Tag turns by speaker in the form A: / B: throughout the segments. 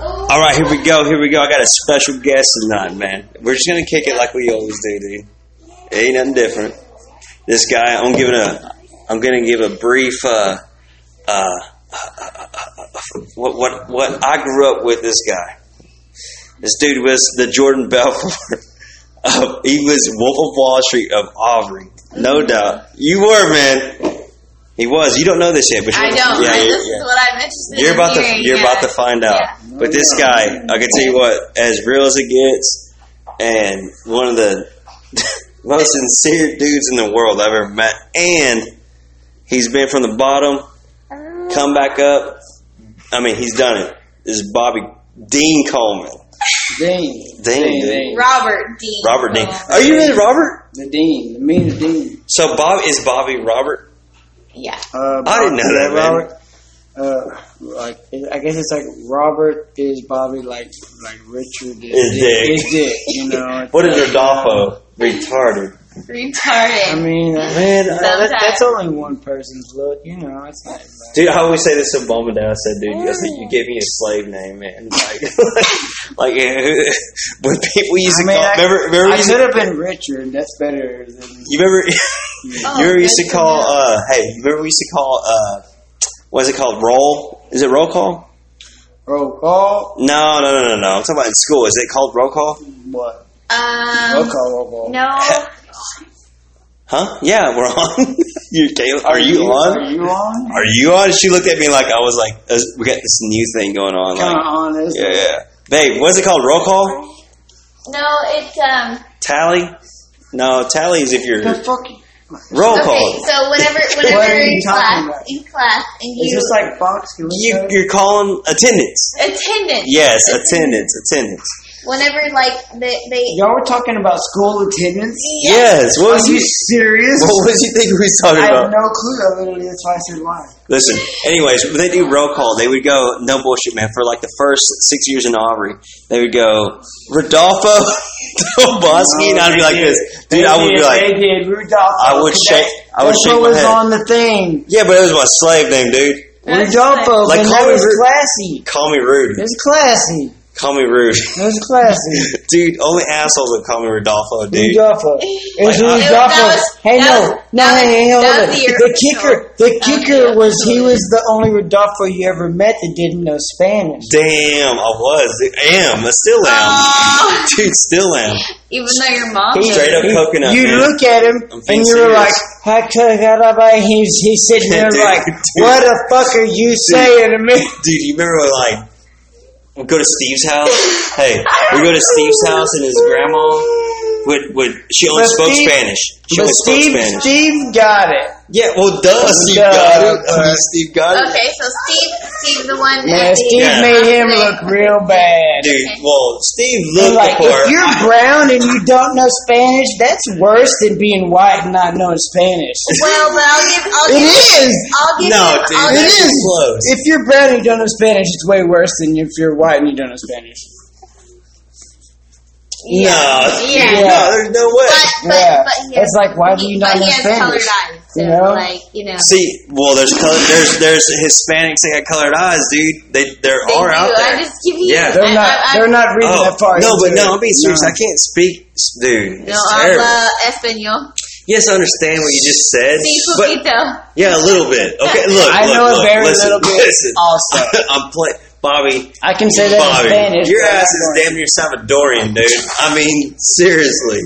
A: All right, here we go. Here we go. I got a special guest tonight, man. We're just gonna kick it like we always do, dude. Ain't nothing different. This guy, I'm giving a, I'm gonna give a brief, uh, uh, uh, uh, uh, uh, what, what, what I grew up with. This guy, this dude was the Jordan Belfort. of he was Wolf of Wall Street of Aubrey, no doubt. You were, man. He was. You don't know this yet, but
B: I
A: you're-
B: don't.
A: Yeah,
B: I,
A: you're-
B: this
A: yeah.
B: is what I'm interested
A: You're
B: in.
A: about to
B: hearing,
A: you're
B: yeah.
A: about to find out.
B: Yeah.
A: But this guy, I can tell you what, as real as it gets, and one of the most sincere dudes in the world I've ever met, and he's been from the bottom,
B: Um,
A: come back up. I mean, he's done it. This is Bobby Dean Coleman,
C: Dean.
A: Dean, dude.
B: Robert Dean.
A: Robert Dean.
B: Coleman.
A: Are you really Robert?
C: The Dean. The mean Dean.
A: So Bob is Bobby Robert.
B: Yeah.
C: Uh,
A: I didn't know
C: Bobby,
A: that, man.
C: Robert. Uh, like I guess it's like Robert is Bobby, like like Richard is,
A: Is Dick.
C: Is Dick. You know
A: What is Rodolfo? Retarded.
C: I
B: Retarded.
C: mean, man, uh, that, that's
B: Sometimes.
C: only one person's look. You know, it's not. bad.
A: Dude, I always say this to mom and dad. I said, dude, I said, you gave me a slave name, man. Like, like eh, when people used to
C: I mean,
A: call,
C: I-
A: remember, remember you
C: I
A: used
C: should
A: to,
C: have been Richard. That's better than.
A: you remember,
B: Oh,
A: you remember we used
B: good
A: to call,
B: know.
A: uh, hey, you remember we used to call, uh, what is it called? Roll? Is it roll call?
C: Roll call.
A: No, no, no, no, no. I'm talking about in school. Is it called roll call?
C: What?
A: uh,
B: Um,
C: Roll call. Roll call.
B: No.
A: Huh? Yeah, we're on. you, Caleb, are you
C: Are
A: on?
C: you on?
A: Are you on? She looked at me like I was like, uh, we got this new thing going on.
C: Kind of
A: Like,
C: honest.
A: yeah, yeah. Babe, what's it called? Roll call?
B: No, it's um.
A: Tally? No, tally is if you're
C: The fuck?
A: roll
B: Okay,
A: call.
B: so whenever
C: What
B: whenever
C: are
B: you're in
C: you talking
B: class
C: about?
B: in class and
C: Is
B: you
C: this like Fox?
A: You, you're calling attendance.
B: attendance.
A: Yes, attendance, attendance.
B: Whenever like they they
C: Y'all were talking about school attendance.
A: Yes. What
C: Are
A: was you?
C: you serious?
A: What was you think we was talking
C: Um, I
A: about?
C: have no clue. I literally, that's why I said why.
A: Listen. Anyways, when they do roll call, they would go no bullshit, man. For like the first six years in Aubrey, they would go Rodolfo, Toboski, and I'd be like this, dude. I would be
C: They
A: like,
C: did. Rudolph.
A: I would shake, I would
C: That's
A: shake my
C: what was
A: head.
C: on the thing.
A: Yeah, but it was my slave name, dude.
B: That's
C: Rudolpho.
A: Like,
C: Like,
A: call
C: that
A: me
C: was
A: Ru-
C: classy.
A: Call me rude.
C: It was classy.
A: Call me rude,
C: It was classy.
A: dude. Only assholes would call me Rodolfo, dude.
C: Rudolfo. It
A: Like,
C: was
A: I-
C: Rudolfo.
B: That was-
C: hey,
B: that
C: no,
B: was-
C: no,
B: that
C: hey, hey,
B: was-
C: hold
B: that
C: on.
B: was the
C: The
B: original.
C: kicker, the
B: That was
C: kicker
B: the
C: was he
B: original.
C: was the only Rodolfo you ever met that didn't know Spanish.
A: Damn, I was. I am. I still am.
B: Aw.
A: Dude, still am.
B: Oh, even though your mom
A: He's straight up
C: You-
A: coconut.
C: You
A: man.
C: look at him
A: I'm being
C: and you were
A: serious.
C: like, "Hakarabay." He's he's sitting there
A: Dude,
C: like,
A: dude.
C: "What the fuck are you saying to me?"
A: dude. You remember when, like we go to Steve's house? Hey, we go to Steve's house and his grandma would would she only
C: But
A: spoke
C: Steve-
A: Spanish. She
C: But
A: only spoke
C: Steve
A: Spanish.
C: Steve got it.
A: Yeah, well, duh, Steve got it. I mean, Steve got it.
B: Okay, so Steve Steve the one
C: Man,
B: at the-
C: Steve
A: Yeah.
C: made him look real bad.
A: Dude, well, Steve
C: And
A: looked
C: like,
A: the part.
C: if you're brown and you don't know Spanish, that's worse than being white and not knowing Spanish.
B: Well, but I'll give I'll
C: It
B: give
C: is.
B: I'll give
A: No,
B: him,
A: dude,
B: I'll give
C: It
A: that's
C: is.
A: close.
C: If you're brown and you don't know Spanish, it's way worse than if you're white and you don't know Spanish.
A: No,
B: Yeah.
A: no, there's no way.
B: But but
C: Yeah.
B: but he has,
C: It's like, why do
B: he-
C: you not
B: but he
C: know
B: has
C: Spanish?
B: colored eyes, so
C: You know?
B: like you know.
A: See, well, there's color, there's there's Hispanics that got colored eyes, dude. They there
B: They
A: are
B: do.
A: out there.
B: I just give you.
A: Yeah.
C: They're
B: I-
C: not.
B: I- I-
C: they're not reading
A: Oh,
C: that far.
A: no, but
C: into
A: no,
C: it.
A: I'm being serious.
C: No.
A: I can't speak, dude.
B: No
A: It's terrible.
B: habla español.
A: yes, I understand what you just said,
B: Sí,
A: but
B: poquito.
A: yeah, a little bit. Okay, look,
C: I
A: look,
C: know a
A: look,
C: very
A: listen,
C: little bit.
A: Listen,
C: Also,
A: I'm playing Bobby.
C: I can say that
A: Bobby,
C: in Spanish.
A: your
C: but I'm
A: ass is
C: going-
A: damn near Salvadorian, dude. I mean, seriously,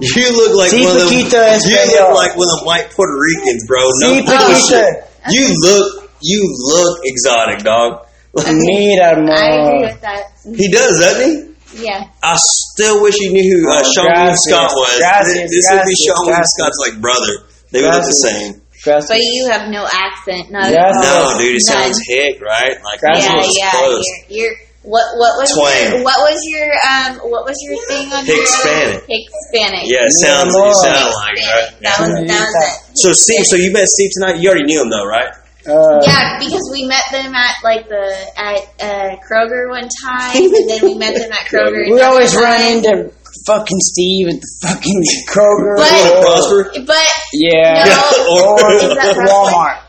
A: you look like
C: Sí,
A: one of them.
C: poquito
A: You look
C: español.
A: like one of them white Puerto Ricans, bro. No
C: Sí,
A: bullshit.
C: poquito.
A: You look, you look exotic, dog.
C: Mira,
B: I agree
C: amor.
B: with that.
A: He does, doesn't he?
B: Yeah.
A: I still wish you knew who uh,
C: Oh,
A: Sean William
C: gracias,
A: Scott was.
C: gracias,
A: this would be
C: gracias,
A: Sean William
C: gracias.
A: Scott's like brother. They would look the
C: Gracias.
A: same.
C: Gracias.
B: But you have no accent. Not
C: Yes.
B: at all.
A: No, dude, it
B: None.
A: sounds hick, right? Like
C: Gracias.
B: Yeah,
A: this was
B: yeah.
A: close.
B: You're, you're what? What was
A: Twang.
B: your, what was your um? What was your thing on your-
A: Hispanic.
B: Hispanic.
A: Yeah, it sounds you
C: Amor.
A: sound like right.
B: That
A: Yeah.
B: was that was it.
A: So Steve, so you met Steve tonight. You already knew him though, right?
C: Uh,
B: Yeah, because we met them at like the at uh, Kroger one time, and then we met them at Kroger.
C: We
B: another
C: always
B: time.
C: run into fucking Steve at the fucking Kroger.
B: But-
C: or-
A: Or Prosper.
B: But
C: Yeah.
B: No.
A: or
C: Or
B: Is that
C: Walmart.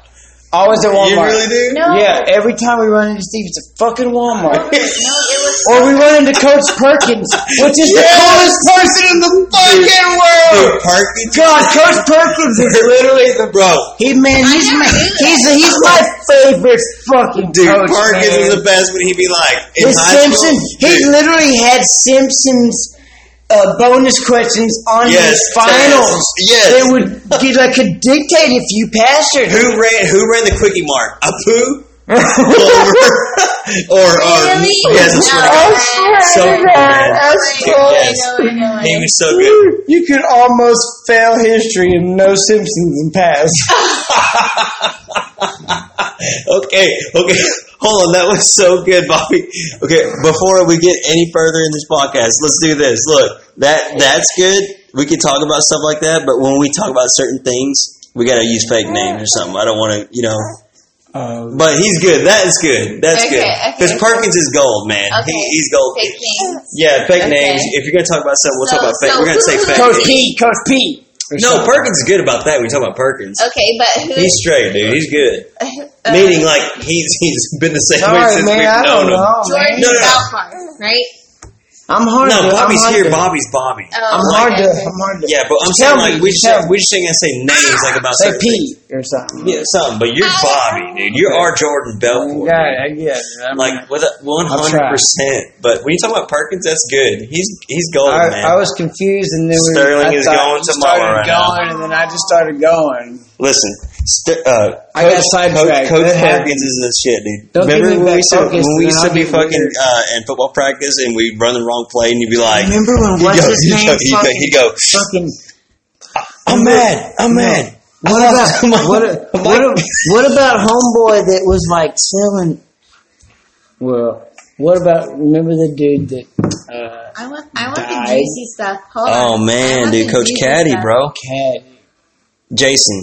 C: Always at
A: you
C: Walmart.
A: really do?
B: no,
C: Yeah, every time we run into Steve, it's a fucking Walmart.
B: no, it was
C: Or we run into Coach Perkins, which is the coolest person in the fucking world.
A: Parky
C: God, Coach Perkins is literally the
A: bro.
C: he man. He's
B: never
C: my,
B: knew that.
C: he's he's my favorite fucking
A: Dude,
C: coach.
A: Parkins
C: man.
A: is the best when he be like in
C: His
A: high
C: Simpsons.
A: school.
C: He
A: dude,
C: literally had Simpsons uh, bonus questions on
A: yes,
C: his finals.
A: Yes.
C: They would get like could dictate if you passed or
A: Who ran who ran the quickie mark? Apu? or or, or yes, I swear to God. So He was so good.
C: You could almost fail history and no Simpsons and pass.
A: Okay, okay. Hold on, that was so good, Bobby. Okay, before we get any further in this podcast, let's do this. Look, that that's good. We can talk about stuff like that, but when we talk about certain things, we gotta use fake names or something. I don't want to, you know.
C: Um,
A: But he's good. That is good. That's
B: Okay,
A: good.
B: okay.
A: Because Perkins is gold, man. He,
B: Okay.
A: he's gold.
B: Fake names.
A: Yeah, fake
B: Okay.
A: names. If you're gonna talk about something, we'll
B: So-
A: talk about fake.
B: so
A: We're gonna say
B: who-
A: fake.
C: Coach
A: names.
C: P, Coach P. or
A: No,
C: something.
A: Perkins is good about that. We talk about Perkins.
B: Okay, but who?
A: He's straight, dude. He's good.
B: uh,
A: Meaning, like he's he's been the same way
C: Sorry,
A: since
C: man.
A: we've
C: I
A: known
C: don't
A: him.
C: know.
B: Jordan
C: man.
A: No, no, no.
B: Valpark, right?
C: I'm hard.
A: No,
C: to,
A: Bobby's
C: I'm hard
A: here.
C: To,
A: Bobby's Bobby.
B: Oh,
C: I'm
B: okay,
C: hard to.
B: okay.
C: I'm hard to.
A: Yeah, but I'm saying
C: Tell
A: like
C: me,
A: we just
C: tell me.
A: we just ain't gonna say names like about
C: Say
A: certain things.
C: P or something.
A: Yeah, something. But
B: Uh,
A: you're Bobby, dude. You're our Jordan Belfort.
C: Yeah, I guess. I'm
A: Like with one
C: I'll
A: hundred
C: try.
A: percent. But when you talk about Perkins, that's good. He's he's gold, oh, man.
C: I, I was confused, and then we
A: Sterling
C: I
A: is
C: thought
A: going
C: you
A: tomorrow
C: started
A: right now.
C: going, and then I just started going.
A: Listen, st- uh,
C: I
A: Coach-
C: got sidetracked.
A: Coach,
C: That
A: Coach
C: happened.
A: Perkins is the shit, dude.
C: Don't give me
A: Remember when
C: that
A: we, used to, when we
C: focus, then
A: used to
C: I'll
A: be
C: get
A: fucking
C: weird.
A: uh, in football practice and we'd run the wrong play and you'd be like,
C: Remember when
A: he'd
C: what's
A: go,
C: his
A: he'd
C: name
A: go, he'd go,
C: fucking-
A: he'd go,
C: Fucking.
A: I'm mad, I'm
C: No.
A: mad. I
C: What
A: lost my-
C: about what, a-
A: my-
C: what, a- what about homeboy that was like selling? Well, what about remember the dude that uh,
B: I want, I want the
C: Died.
B: juicy stuff. Hold
A: Oh
B: on. I
A: man,
B: want
A: dude,
B: the
A: Coach
B: juicy
A: Caddy,
B: stuff.
A: bro.
C: had?
A: Jason,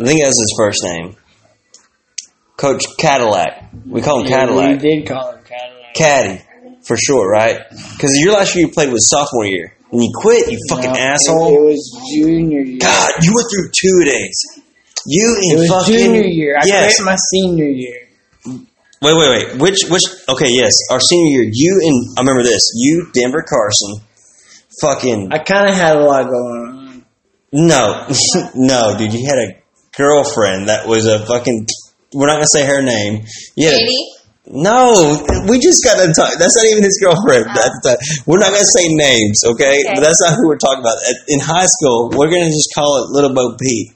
A: I think that was his first name. Coach Cadillac, we call him Cadillac.
C: We did call him Cadillac.
A: Caddy, for sure, right? Because your last year you played was sophomore year and you quit, you fucking
C: No, it-
A: asshole.
C: It, was junior year.
A: God, you went through two days. You
C: it
A: and
C: was
A: fucking
C: junior year. I
A: yes.
C: quit my senior year.
A: Wait, wait, wait. Which, which? Okay, yes. Our senior year, you and I remember this. You, Denver Carson, fucking
C: I kind of had a lot going on.
A: no, no, dude. You had a girlfriend that was a fucking. We're not gonna say her name. Yeah,
B: Katie?
A: no. We just got to talk. That's not even his girlfriend. That- that- we're not gonna say names, okay?
B: Okay.
A: But that's not who we're talking about. At- In high school, we're gonna just call it Little Bo Peep.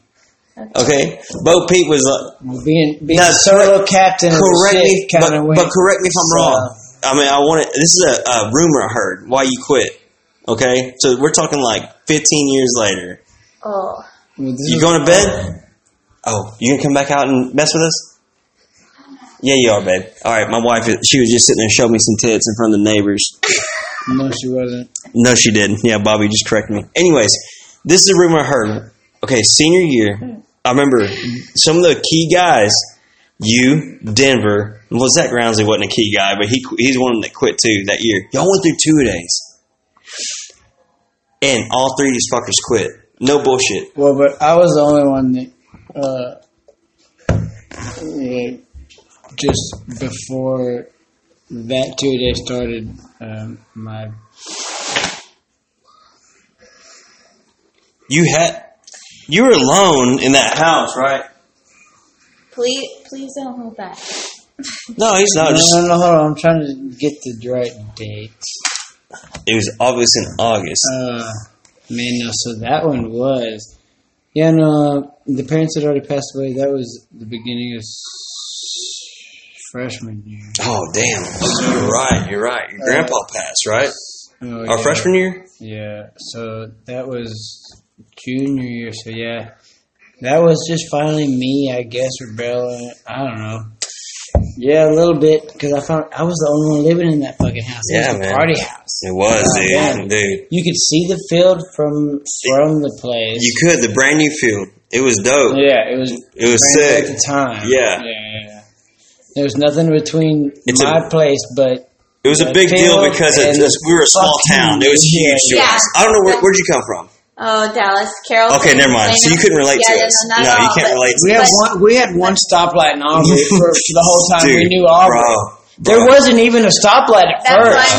A: Okay, Bo Peep was uh,
C: Being being
A: Now,
C: a solo captain.
A: correct
C: Correct
A: me,
C: kind of
A: but, but correct me if I'm wrong. I mean, I want to. This is a, a rumor I heard. Why you quit? Okay, so we're talking like 15 years later.
B: Oh.
A: You going to bed? Oh, you gonna come back out and mess with us? Yeah, you are, babe. All right, my wife. is- She was just sitting there showing me some tits in front of the neighbors.
C: No, she wasn't.
A: No, she didn't. Yeah, Bobby just corrected me. Anyways, this is a rumor I heard. Okay, senior year, I remember some of the key guys. You, Denver. Well, Zach Roundsley wasn't a key guy, but he he's one that quit too that year. Y'all went through two days, and all three of these fuckers quit. No bullshit.
C: Well, but I was the only one that uh, yeah, just before that two day started. Um, my
A: You had you were alone in that house, right?
B: Please, please don't hold back.
A: No, he's
C: no,
A: not. Oh, Just,
C: no, no, hold on. I'm trying to get the right date.
A: it was obvious in August.
C: Uh, man, no. So that one was. Yeah, no. The parents had already passed away. That was the beginning of s- freshman year.
A: Oh damn! You're right. You're right. Your grandpa passed, right?
C: Oh,
A: Our
C: yeah.
A: freshman year.
C: Yeah, so that was junior year. So yeah, that was just finally me, I guess, rebelling. I don't know. Yeah, a little bit because I found I was the only one living in that fucking house. It
A: Yeah,
C: was the
A: man.
C: party house.
A: It was, dude.
C: Yeah.
A: Dude,
C: You could see the field from from the place.
A: you could the brand new field. It was dope.
C: yeah, it was
A: It was
C: brand new at
A: sick.
C: the time.
A: Yeah.
C: yeah, yeah. yeah. There was nothing between
A: It's a-
C: my place, but
A: It was a big deal
C: Field
A: because it,
C: and
A: it's- we were a small town.
C: fucking-
A: It was huge to
B: Yeah.
A: us. I don't know where, where'd you come from.
B: Oh, Dallas. Carol.
A: Okay, never mind. So you couldn't relate
B: yeah,
A: to
B: no,
A: us.
B: No,
A: No,
B: not at
A: you
B: all,
A: can't
B: but-
A: relate. to
C: we had
B: But-
C: one. We had one stoplight in Auburn for, for the whole time we
A: Dude,
C: knew Auburn.
A: Bro,
C: There
A: Bro.
C: wasn't even a stoplight at
B: That's
C: first.
B: why I'm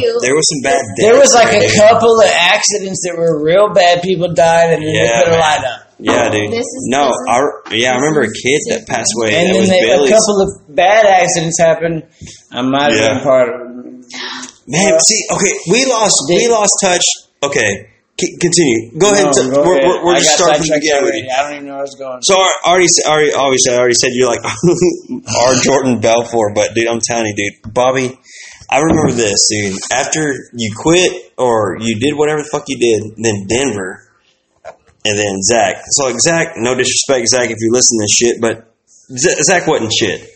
A: No,
B: you.
A: There was some bad
C: There was
A: deaths
C: like
A: there,
C: a
A: dude.
C: couple of accidents that were real bad. People died, and then
A: Yeah,
C: they put a
A: man.
C: light up.
A: Yeah, dude.
B: This is-
A: no,
B: this is-
A: I, yeah, I remember a
B: this is
A: kid that passed away.
C: and
A: that
C: then
A: was
C: they, a
A: Billy's.
C: couple of bad accidents happened. I might have
A: Yeah.
C: been part of.
A: Man, see, okay, we lost, we lost touch. Okay, c- continue. Go ahead.
C: No,
A: and t-
C: go
A: we're,
C: ahead.
A: We're, we're
C: I
A: just
C: got
A: starting from the
C: sidetracked
A: beginning. with
C: already.
A: you.
C: I don't even know where I was going.
A: So I already, s- already, obviously, I already said you're like our Jordan Belfort, but dude, I'm telling you, dude, Bobby, I remember this, dude. After you quit or you did whatever the fuck you did, then Denver, and then Zach. So like Zach, no disrespect, Zach, if you listen to this shit, but Z- Zach wasn't shit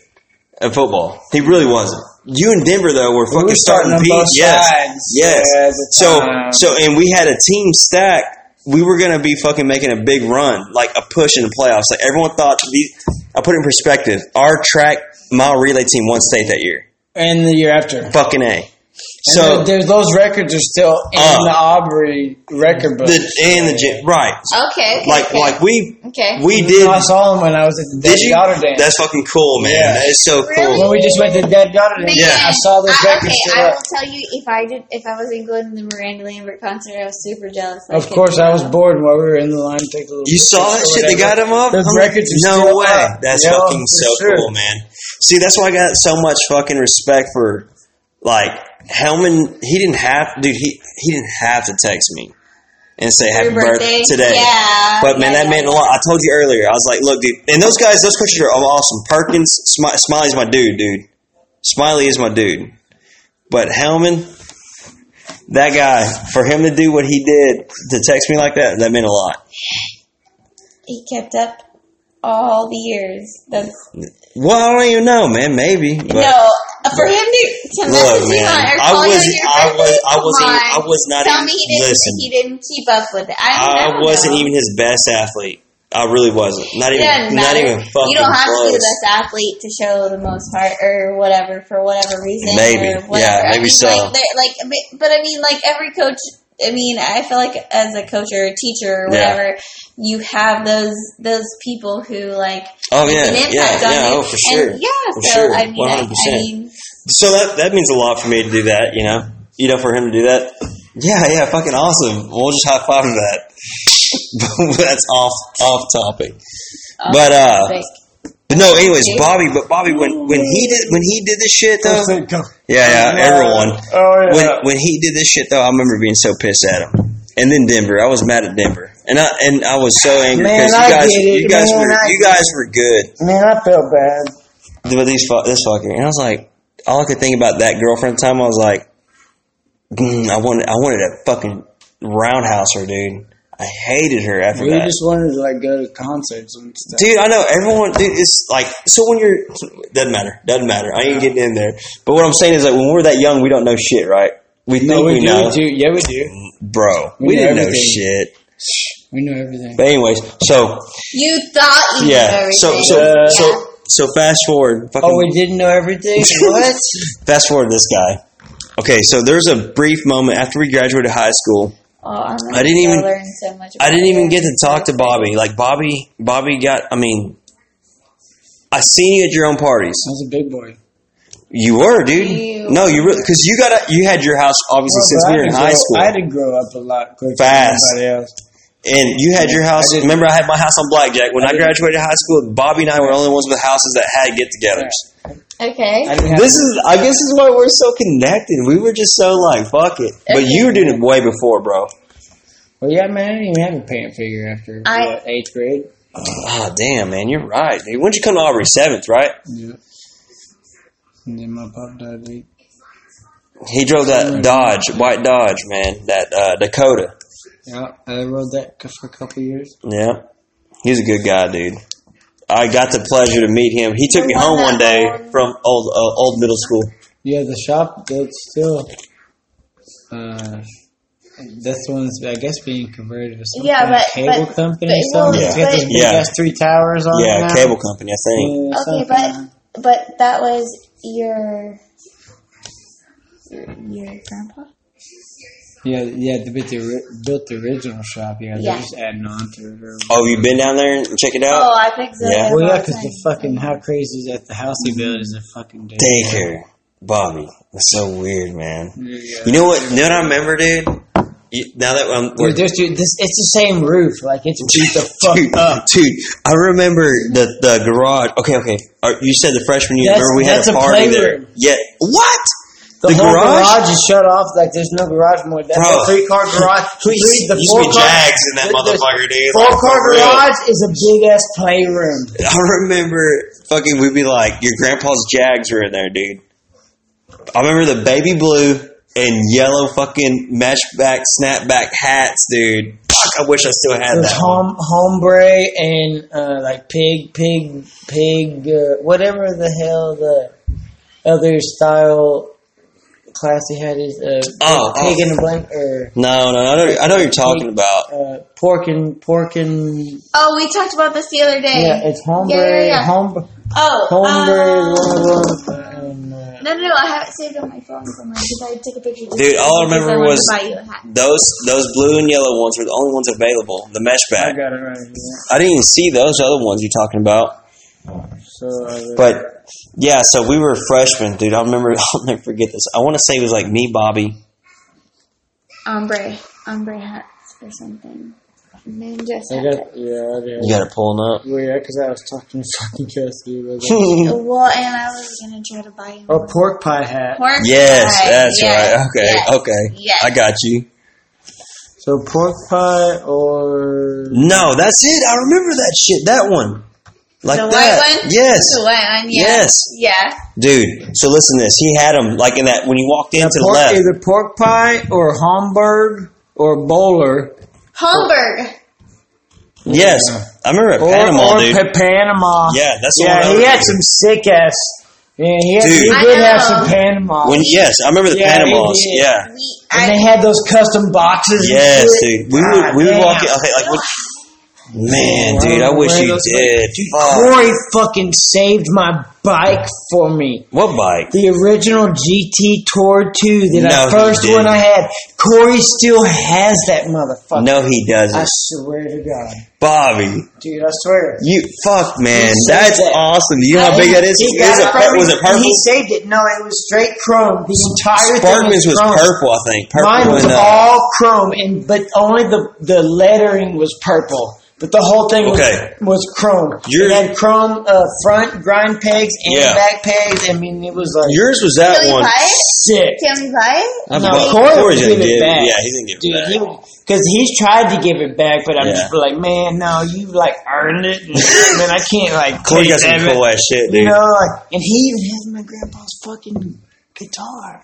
A: at football. He really wasn't. You and Denver though were
C: We
A: fucking
C: were starting on
A: beef.
C: both
A: Yes,
C: sides.
A: yes.
C: at the
A: So
C: time.
A: so and we had a team stack. We were gonna be fucking making a big run, like a push in the playoffs. Like everyone thought. These, I put it in perspective. Our track mile relay team won state that year.
C: and the year after.
A: Fucking a.
C: And
A: So
C: there- there's those records are still in
A: Uh,
C: the Aubrey record book.
A: the and the gym, right?
B: okay. okay,
A: Like
B: okay.
A: like we
B: Okay.
A: we
C: Even
A: did.
C: though I saw him when I was at the
A: Did
C: Dead
A: you?
C: Daughter Dance.
A: That's fucking cool, man.
C: Yeah.
A: That is so
B: Really?
A: cool.
C: when we just went to the Dead Daughter Dance.
A: Yeah.
C: I saw those
B: I, Uh,
C: records
B: okay,
C: still
B: I
C: up.
B: will tell you if I did if I wasn't going to the Miranda Lambert concert, I was super jealous.
C: Of course, I was bored while we were in the line. To take a little
A: You saw that shit? They got him up.
C: Those
A: I'm like,
C: records are
A: no
C: still
A: way.
C: up.
A: That's
C: Yeah,
A: fucking
C: for
A: so
C: sure.
A: cool, man. See, that's why I got so much fucking respect for like Hellman. He didn't have, dude. He he didn't have to text me and say happy birthday, today.
B: Yeah.
A: But man,
B: yeah,
A: that
B: yeah,
A: meant a lot. I told you earlier. I was like, look, dude. And those guys, those coaches are awesome. Perkins, Smi- Smiley's my dude, dude. Smiley is my dude. But Hellman, that guy, for him to do what he did to text me like that, that meant a lot.
B: He kept up all the years. That's
A: Well, I don't even know, man. Maybe. But
B: no uh, for him to, to message
A: Look,
B: you
A: man.
B: on or
A: I
B: call you
A: was,
B: on your
A: I was,
B: birthday.
A: I was,
B: Come
A: I
B: on.
A: was not.
B: Tell
A: Even,
B: me he didn't
A: listen,
B: he didn't keep up with it. I,
A: I
B: don't
A: wasn't
B: know.
A: even his best athlete. I really wasn't. Not
B: It doesn't
A: even. Not
B: matter.
A: even fucking
B: you don't have to
A: close.
B: be the best athlete to show the most heart or whatever for whatever reason.
A: Maybe.
B: or
A: Yeah,
B: whatever. I
A: maybe
B: mean,
A: so.
B: Like, they're- like, but, but I mean, like every coach. I mean, I feel like as a coach or a teacher or
A: Yeah.
B: whatever, you have those those people who like
A: oh
B: make
A: yeah,
B: an
A: yeah,
B: impact on
A: yeah.
B: you.
A: Oh, for sure.
B: And, yeah,
A: For
B: so
A: sure.
B: I mean, I, I
A: 100%.
B: mean,
A: So that that means a lot for me to do that. You know, you know, for him to do that. Yeah, yeah, fucking awesome. We'll just high five that. That's off off topic.
B: oh,
A: But, uh,
B: like,
A: But no, anyways,
B: Okay.
A: Bobby. But Bobby, when when he did when he did this shit though,
C: Yeah,
A: yeah, yeah, everyone.
C: Oh yeah.
A: when when he did this shit though, I remember being so pissed at him. And then Denver, I was mad at Denver, and I and I was so angry
C: Man,
A: because you
C: I
A: guys,
C: get it.
A: you guys
C: Man,
A: were
C: I
A: you
C: get
A: guys were good,
C: Man, I felt bad.
A: but these fu- this fucker, and I was like, all I could think about that girlfriend at the time, I was like, mm, I wanted I wanted a fucking roundhouse her, dude. I hated her after
C: We
A: that.
C: just wanted to like go to concerts and stuff.
A: Dude, I know everyone. Dude, it's like so when you're doesn't matter, doesn't matter. I ain't getting in there. But what I'm saying is like when we're that young, we don't know shit, right? We think
C: no,
A: we,
C: we, do,
A: know,
C: we do. Yeah, we do.
A: bro. We,
C: We
A: didn't
C: know
A: know
C: everything.
A: shit.
C: We know everything.
A: But anyways, so
B: you thought you knew
A: yeah,
B: everything.
A: so so
C: Yeah.
A: so so fast forward, fucking
C: Oh, we didn't know everything. what?
A: fast forward this guy. Okay, so there's a brief moment after we graduated high school.
B: Oh, I'm
A: I didn't
B: gonna
A: even-
B: learn so much.
A: I
B: about
A: didn't even
B: you.
A: get to talk to Bobby. Like Bobby, Bobby got. I mean, I seen you at your own parties.
C: I was a big boy.
A: You were, dude.
B: Ew.
A: No, you really because you got a, you had your house obviously
C: Well,
A: since
C: but
A: we
C: I
A: were in
C: had to
A: high
C: grow-
A: school,
C: I had to grow up a lot quicker
A: Fast.
C: than everybody else.
A: and you had your house.
C: I didn't-
A: remember, I had my house on Blackjack when I,
C: I didn't-
A: graduated high school. Bobby and I were the only ones with houses that had get-togethers.
B: Okay.
C: I didn't have
A: This is, I guess, is why we're so connected. We were just so like, fuck it. But you were doing it way before, bro.
C: well, yeah, man, I didn't even have a parent figure after
B: I-
C: what, eighth grade.
A: Oh damn, man, you're right. Dude. When'd you come to Aubrey Seventh, right?
C: Yeah. And then my pop died late.
A: He drove that Dodge, white Dodge, man, that uh, Dakota.
C: Yeah, I rode that c- for a couple years.
A: Yeah, he's a good guy, dude. I got the pleasure to meet him. He took me
B: The one
A: home
B: that
A: one day
B: owned-
A: from old uh, old middle school.
C: Yeah, the shop that's still. Uh, that's the one's I guess being converted to some
B: Yeah,
C: kind of
B: but-
C: cable
B: but- but
C: company.
B: it
C: or something.
B: will-
C: It's got those
B: but-
C: big ass three towers on it
A: Yeah,
C: now.
A: cable company, I think.
C: Yeah,
B: Okay,
C: something
B: but
C: like
B: but that was your your, your grandpa.
C: that. yeah, yeah, they built the, ori- built the original shop. Yeah,
B: Yeah.
C: they're just adding on to it. Or,
A: Oh, you been down there and check it
B: Oh,
A: out?
B: I think so.
A: Yeah.
C: well, yeah, because the fucking how crazy is that the house he built is a fucking
A: Daycare.
C: daycare.
A: Bobby. That's so weird, man.
C: Yeah.
A: You know what? You know what I remember, dude. You, now that I'm,
C: Dude, there's, dude, this, it's the same roof. Like, it's beat the fuck
A: dude,
C: up.
A: dude, I remember the the garage. Okay, okay. Uh, You said the freshman year.
C: That's-
A: remember we
C: that's
A: had a
C: a
A: party
C: playroom.
A: there? Yeah. What?
C: The,
A: The
C: whole garage?
A: garage?
C: is shut off. Like there's no garage more. That's
A: Bro.
C: a three car garage.
A: Please,
C: Three-
A: used to be Jags in that
C: the- the
A: motherfucker, dude.
C: Four
A: Like,
C: car
A: for real.
C: garage is a big ass playroom.
A: I remember fucking we'd be like, your grandpa's Jags were in there, dude. I remember the baby blue and yellow fucking meshback snapback hats, dude. Fuck, I wish I still had
C: It was
A: that. one.
C: hom- hombre and uh, like pig, pig, pig, uh, whatever the hell the other style class he had is. Uh,
A: Oh,
C: pig
A: oh.
C: in the blank or
A: No, no, I know, I know what you're talking about.
C: uh, pork and pork and
B: Oh, we talked about this the other day.
C: yeah, it's hombre,
B: Yeah, yeah, yeah.
C: hombre,
B: oh, um,
C: hombre. and, uh,
B: no, no, no, I have it saved on my phone somewhere because I took a picture. just
A: Dude, all I
B: because
A: remember
B: wanted
A: was-
B: to buy you a hat.
A: Those those blue and yellow ones were the only ones available. The
C: I
A: meshback.
C: got it right here.
A: I didn't even see those other ones you're talking about.
C: So, uh,
A: But yeah, so we were freshmen, dude. I remember. I'll never forget this. I want to say it was like me, Bobby.
B: ombre, ombre hats or something. And then just
C: I
B: had it.
C: got yeah, I did.
A: You got it pulling up.
C: Well, yeah, because I was talking to fucking Kelsey about it.
A: yes,
B: Well, and I was gonna try to buy you
C: a pork pie hat.
B: pork. pie.
A: that's
B: Yes,
A: right. Okay,
B: yes,
A: okay.
B: Yes.
A: I got you.
C: So pork pie or
A: No, that's it. I remember that shit. That one. Like
B: the
A: that.
B: white one.
A: Yes.
B: The white one. Yeah.
A: Yes.
B: Yeah.
A: Dude, so listen to this. He had him like in that when he walked in to the
C: pork,
A: left.
C: either pork pie or Hamburg or bowler
B: Homburg.
A: Yes. I remember at
C: or,
A: Panama,
C: or
A: dude.
C: Pa- Panama.
A: yeah, that's the one
C: yeah,
A: I
C: he had
A: remember.
C: some sick ass. Yeah, he, had, he
A: Dude.
B: I
C: did have
B: know.
C: some Panama.
A: When yes, I remember the
C: Yeah,
A: Panamas.
C: he did.
A: Yeah.
B: We.
C: and
B: I.
C: they had those custom boxes. and
A: Yes,
C: shit.
A: dude. We would
C: God
A: we would
C: damn.
A: walk in okay, like what Man, dude, I wish you did. Fuck.
C: Corey fucking saved my bike for me.
A: What bike?
C: The original GT Tour 2 that I
A: No, he
C: first
A: didn't.
C: one I had. Corey still has that motherfucker.
A: No, he
C: I
A: doesn't.
C: swear to God.
A: Bobby,
C: Dude, I swear.
A: you fuck, man.
C: He said
A: That's
C: that.
A: awesome. You know how
C: I-
A: big that is.
C: he
A: Is
C: got
A: it
C: it
A: pur-
C: from me,
A: was it
C: and
A: purple?
C: He saved it. No, it was straight chrome. The entire
A: Sparkman's
C: thing
A: was
C: was chrome.
A: purple, I think. Purple
C: Mine was
A: and, uh,
C: all chrome, and but only the the lettering was purple. But the whole thing was,
A: Okay.
C: was chrome.
A: Your-
C: it had chrome uh, front grind pegs and
A: Yeah.
C: back pegs. I mean, it was like
A: yours was that
B: Can we
A: one.
B: buy it?
C: sick,
B: Can we buy it?
A: I
C: No,
A: bought-
C: Corey
A: Corey's
C: would
A: gonna
C: give
A: give
C: it back.
A: Yeah, he's gonna give
C: dude.
A: it back.
C: Because he's tried to give it back, but I'm
A: Yeah.
C: just like, man, no, you like earned it, and man, I can't like.
A: Corey got
C: take
A: some
C: that.
A: cool ass shit,
C: You
A: dude.
C: know, like, and he even has my grandpa's fucking guitar.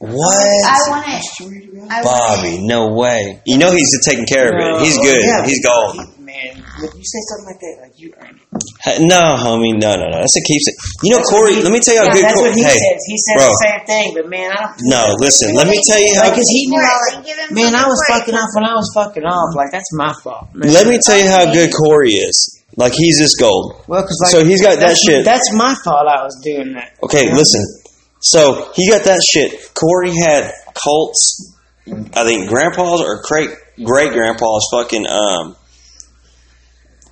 B: I
A: What?
B: want it. I want it.
A: Bobby, no way. You know he's taking care of it. He's good.
C: Oh, Yeah.
A: He's gold.
C: Man, when you say something like that, like you earned it.
A: Hey, No, homie, no, no, no. That's a keepsake. You know,
C: That's
A: Corey.
C: what he-
A: let me tell you how
C: Yeah,
A: good.
C: that's
A: Corey,
C: what he
A: hey,
C: says. He says
A: bro.
C: the same thing, but man, I don't.
A: No, listen. Let me tell you how.
C: Like, cause he knew, like,
B: Give him
C: man, I
B: some
C: was
B: break.
C: fucking off when I was fucking off. Like that's my fault. Man.
A: Let me tell you how good Corey is. Like he's just gold.
C: Well, cause like,
A: so he's got that
C: that's,
A: shit.
C: That's my fault. I was doing that.
A: Okay, listen. So he got that shit. Corey had Colts. I think grandpa's or great great grandpa's fucking um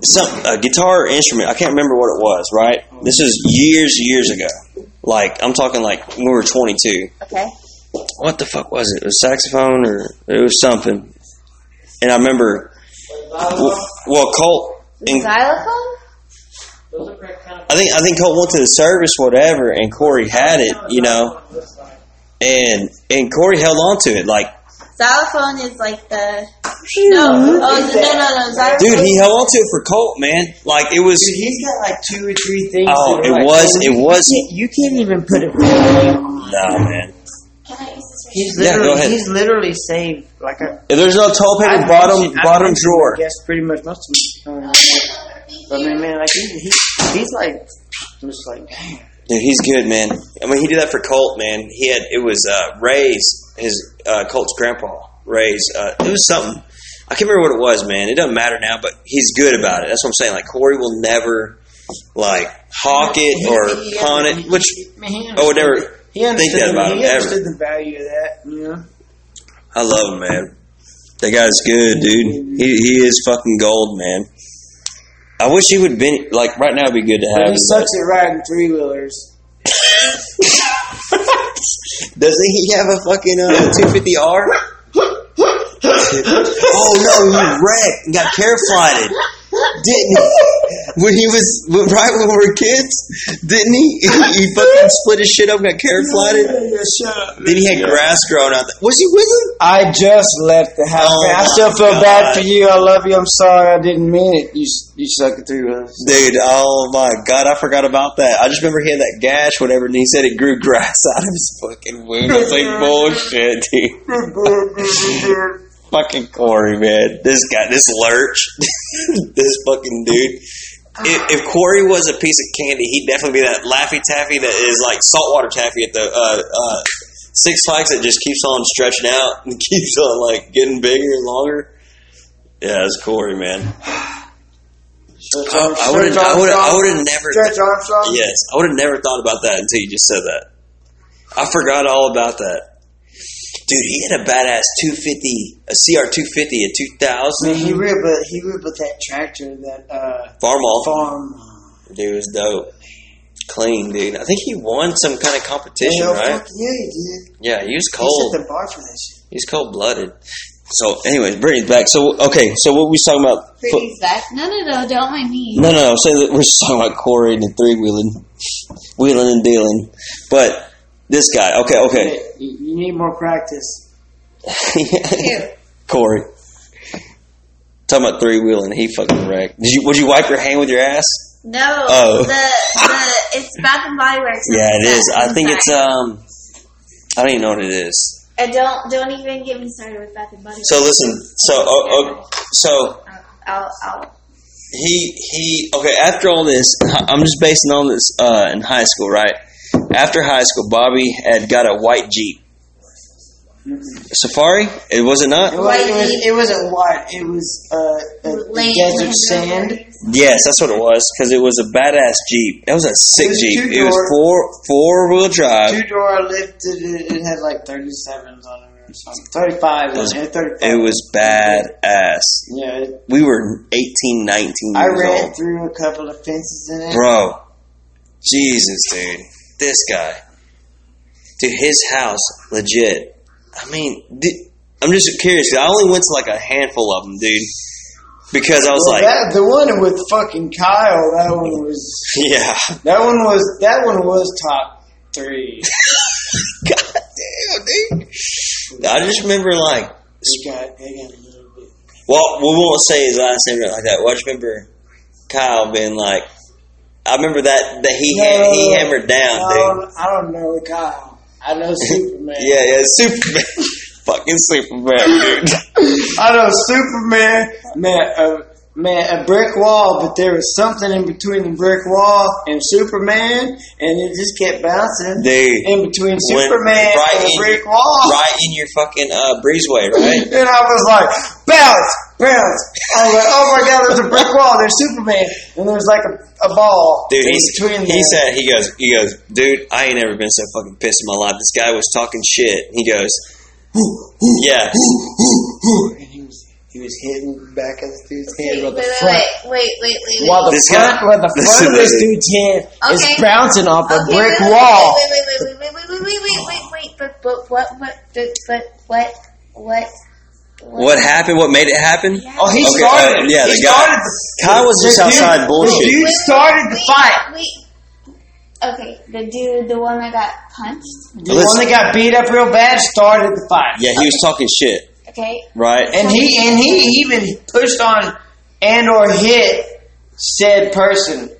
A: some a guitar or instrument. I can't remember what it was. Right. This is years years ago. Like I'm talking like when we were 22.
B: Okay.
A: what the fuck was it? It was saxophone or it was something. And I remember, well, well Colt, and
B: Xylophone?
A: I think I think Colt went to the service, whatever, and Corey had it, you know, and and Corey held on to it, like
B: Xylophone is like the. No. Oh, no, no, no. Xylophone.
A: dude, he held on to it for Colt, man, like it was.
C: Dude, he's got like two or three things.
A: Oh,
C: that are
A: it
C: like,
A: was-
C: man,
A: it
C: you
A: was-
C: can't- You can't even put it. Really
A: Nah, man.
B: Can I use this
C: He's
A: Yeah, go
C: literally,
A: ahead.
C: he's literally saved like a
A: If there's no toilet paper,
C: I
A: bottom
C: mentioned- I
A: bottom
C: mentioned,
A: drawer.
C: I guess pretty much most of them. Uh, But I mean, man, like he, he, he's like just like damn.
A: Dude, he's good, man. I mean, he did that for Colt, man. He had it was uh, Ray's his uh, Colt's grandpa. Ray's uh, it was something. I can't remember what it was, man. It doesn't matter now, but he's good about it. That's what I'm saying. Like Corey will never like hawk it
C: He- he
A: or pawn
C: understood-
A: it, which
C: man, he
A: I would never
C: understood- he understood
A: Oh, that
C: the-
A: about
C: he
A: him ever.
C: understood the value of that. You know,
A: I love, him, man. That guy's good, dude. He he is fucking gold, man. I wish he would been like right now. It'd be good to
C: but
A: have.
C: he
A: him,
C: sucks at riding three wheelers.
A: Doesn't he have a fucking uh, 250R? oh no, he wrecked and got careflighted. Didn't he? When he was when- right when we were kids, didn't he? He fucking split his shit up, and got careflighted.
D: shut up.
A: Then he had grass growing out. The- was he with him?
D: I just left the house.
A: Oh,
D: I still feel
A: God.
D: bad for you. I love you. I'm sorry. I didn't mean it. You you suck it through us.
A: Dude, oh my god, I forgot about that. I just remember he had that gash, whatever, and he said it grew grass out of his fucking wound. I was like, bullshit, dude. fucking Corey, man. This guy, this lurch, this fucking dude. If, if Corey was a piece of candy, he'd definitely be that Laffy Taffy that is like saltwater taffy at the uh, uh, Six Flags that just keeps on stretching out and keeps on like getting bigger and longer. Yeah, that's Corey, man. I would have, I would have, I would have never.
D: Stretch Armstrong.
A: Yes, I would have never thought about that until you just said that. I forgot all about that. Dude, he had a badass 250, a CR250 in 2000.
C: Man, he ripped a, he ripped with that tractor that uh
A: Farm off.
C: farm
A: Dude, it was dope. Clean, dude. I think he won some kind of competition,
C: Hell,
A: right?
C: fuck yeah he did.
A: Yeah, he was
C: He set
A: cold.
C: the bar for that shit.
A: He's cold blooded. So, anyways, Brittany's back. So, okay, so what we was talking about?
B: Brittany's back. No, no, no, don't mind me.
A: No, no, no. Say that we're just talking about Corey and three wheeling, wheeling and dealing. But this guy, okay, okay.
C: Hey, you, you need more practice.
A: Corey. Talking about three wheeling, he fucking wrecked. Did you? Would you wipe your hand with your ass?
B: No,
A: Oh.
B: the the it's Bath and Body Works.
A: Yeah, it is. I
B: I'm
A: think it's
B: sorry.
A: um. I don't even know what it is.
B: I don't don't even get me started with Bath and Body. Works.
A: So listen. So oh, oh, so
B: I'll, I'll, I'll
A: he he. Okay. After all this, I'm just basing on this uh, in high school, right? After high school, Bobby had got a white Jeep. Safari? It was it
C: It
A: not?
C: wasn't, it, was, it wasn't white. It was uh, a a
B: Land-
C: desert
B: Land
C: sand.
B: Rover.
A: Yes, that's what it was. Because it was a badass Jeep. It was a sick
C: It was
A: Jeep. It
C: two-door.
A: was four four wheel drive.
C: Two door I lifted it. It had like thirty sevens on it or something. Thirty five.
A: It was-
C: It thirty
A: It
C: five.
A: was badass.
C: Yeah. It,
A: We were 18, 19
C: I
A: years
C: ran
A: old.
C: through a couple of fences in it.
A: Bro. Jesus, dude. This guy. Dude, his house, legit. I mean, di- I'm just curious. I only went to like a handful of them, dude. Because I was
C: Well,
A: like,
C: that, the one with fucking Kyle. That one was.
A: yeah.
C: That one was. That one was top three.
A: God damn, dude. I just remember like,
C: They got, they got a little bit.
A: Well, we won't say his last name or nothing like that. Well, I just remember Kyle being like, I remember that that he had, he
C: No.
A: hammered down,
C: I
A: dude.
C: don't, Um, I don't know Kyle. I know Superman.
A: Yeah, yeah, Superman, fucking Superman, dude.
C: I know Superman. Man, a, man, a brick wall, but there was something in between the brick wall and Superman, and it just kept bouncing
A: dude,
C: in between
A: Went
C: Superman
A: right
C: and the
A: in-
C: brick wall.
A: right in your fucking uh, breezeway, right?
C: And I was like, bounce, bounce. I was like, oh my god, there's a brick wall, there's Superman, and there's like a, a ball
A: Dude,
C: in
A: he's,
C: between
A: he
C: them.
A: said he goes he goes, dude, I ain't never been so fucking pissed in my life. This guy was talking shit. He goes, yeah,
C: and he was he was hitting the back of the dude's head
B: wait,
C: with
B: wait,
C: the
B: wait,
C: front.
B: wait, wait, wait, wait.
C: While the
A: This
C: front,
A: guy-
C: while the
A: this
C: front of
A: is-
C: this dude's head
B: Okay.
C: is bouncing off a
B: Okay, wait,
C: brick
B: wait,
C: wall.
B: Wait, wait, wait, wait, wait, wait, wait, wait, wait, wait. But but what what but but what what
A: what happened? What made it happen?
B: Yeah.
C: Oh, he
A: Okay,
C: started.
A: uh,
C: it.
A: yeah,
C: he
A: the guy-
C: started the,
A: Kyle was just
C: the dude-
A: outside bullshit.
C: The dude
B: Wait,
C: started the
B: wait,
C: fight.
B: Wait. Okay, the dude, the one that got punched.
C: The
A: Listen.
C: one that got beat up real bad started the fight.
A: Yeah, he was talking shit,
B: Okay,
A: right?
C: And he and he even pushed on and or hit said person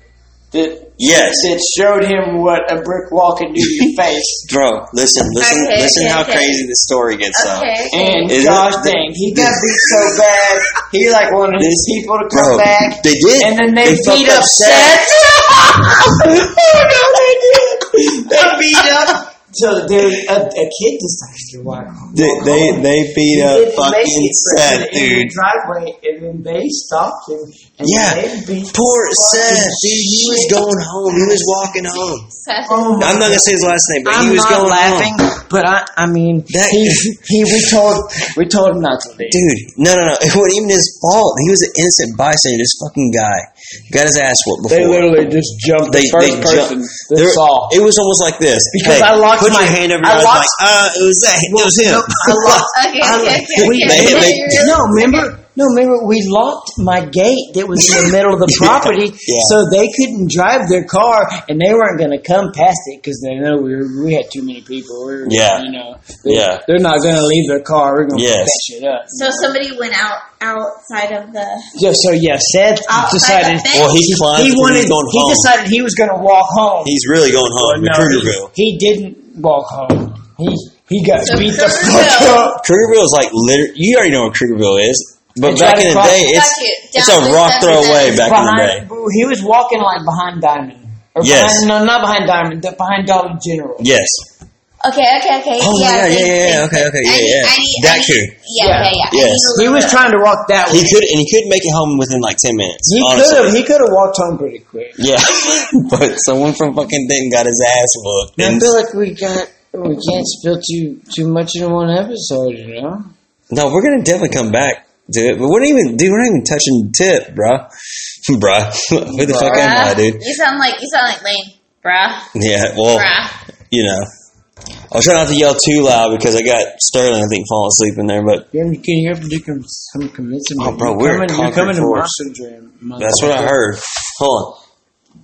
C: that
A: Yes.
C: that showed him what a brick wall can do to your face.
A: Bro, listen, listen,
B: Okay,
A: listen
B: okay,
A: how
B: okay.
A: crazy this story gets though.
B: okay, okay.
C: And
A: Is it-
C: gosh dang, he got beat so bad. He like wanted his people to come back.
A: They did.
C: And then they,
A: fucked
C: beat up Seth. oh no, they did. They beat up. So dude, a, a kid decides to walk.
A: They, they they beat up
C: They
A: fucking Seth,
C: in the
A: dude.
C: driveway, and then they stopped him. And
A: Yeah.
C: they beat
A: Poor
C: the
A: Seth,
C: fucking
A: dude. He was
C: shit.
A: going home. He was walking home.
B: Seth.
C: Oh my
A: I'm not gonna say his last name, but
C: I'm
A: he was
C: not
A: going
C: laughing,
A: home.
C: but I, I mean,
A: That-
C: he, he, we told, we told him not to leave.
A: Dude, no, no, no. It wasn't even his fault. He was an innocent bystander. This fucking guy got his ass whooped before.
D: They literally just jumped the
A: They-
D: first
A: they
D: person
A: jumped.
D: they
A: There-
D: saw.
A: It was almost like this. Hey,
C: Because I locked locked
A: put
C: my
A: your hand over your
C: I
A: eyes like,
C: locked-
A: uh, it was that. It was him.
C: no, I locked
B: Okay,
C: I-
B: okay, okay.
C: we-
B: okay.
A: they- they-
B: You're-
C: No, remember? No, remember? We locked my gate that was in the middle of the
A: Yeah,
C: property,
A: yeah.
C: so they couldn't drive their car, and they weren't going to come past it because they know we, were, we had too many people. We were,
A: Yeah.
C: you know, they,
A: Yeah.
C: they're not going to leave their car. We're going to
A: Yes.
C: yes. that shit up.
B: So somebody went out outside of the.
C: Yeah, so yeah, Seth
B: Outside
C: decided
B: the fence.
A: Well, he's flying.
C: he
A: He's
C: wanted.
A: going
C: He
A: home.
C: decided he was going to walk home.
A: He's really going home.
C: No,
A: to Krugerville.
C: he, he didn't walk home. He he got
B: So
C: beat the fuck
B: Krugerville-
C: up.
A: Krugerville is like liter- you already know what Krugerville is, but
C: It's
A: back in
C: right
A: the
C: across-
A: day, it's
B: Fuck it.
A: it's
B: Down
A: a
B: the
A: rock throw
B: seven
A: away
B: days.
A: back in the day.
C: behind, he was walking like behind Diamond. Or
A: Yes.
C: behind, no, not behind Diamond, the- behind Dollar General.
A: Yes.
B: Okay, okay, okay.
A: Oh my God,
B: yeah,
A: yeah, yeah,
B: thanks,
A: yeah,
B: thanks,
A: okay,
B: thanks.
A: okay,
B: I
A: yeah,
B: need-
A: yeah.
B: I need-
A: That
B: I need-
A: too.
B: Yeah,
C: Yeah.
B: yeah, yeah. I
A: Yes.
B: need a
C: He
B: little
C: was
B: bit.
C: trying to walk that way.
A: He could and he could make it home within like ten minutes.
C: He
A: honestly.
C: could have. He could have walked home pretty quick.
A: Yeah, but someone from fucking Denton got his ass whooped.
C: I
A: And
C: feel like we got we can't spill too too much in one episode, you know.
A: no, we're gonna definitely come back to it. But we're not even, dude. We're not even touching tip, bruh. bruh. Who the fuck am I,
B: Bruh.
A: dude?
B: You sound like you sound like lame, bruh.
A: Yeah. Well,
B: Bruh.
A: you know, I'll try not to yell too loud because I got Sterling. I think falling asleep in there, but
C: You can you have to do com- some convincing.
A: Oh, bro,
C: you're
A: we're
C: coming, you're
A: concrete
C: coming to
A: floors.
C: Monster Jam. mother-
A: That's what I heard. Hold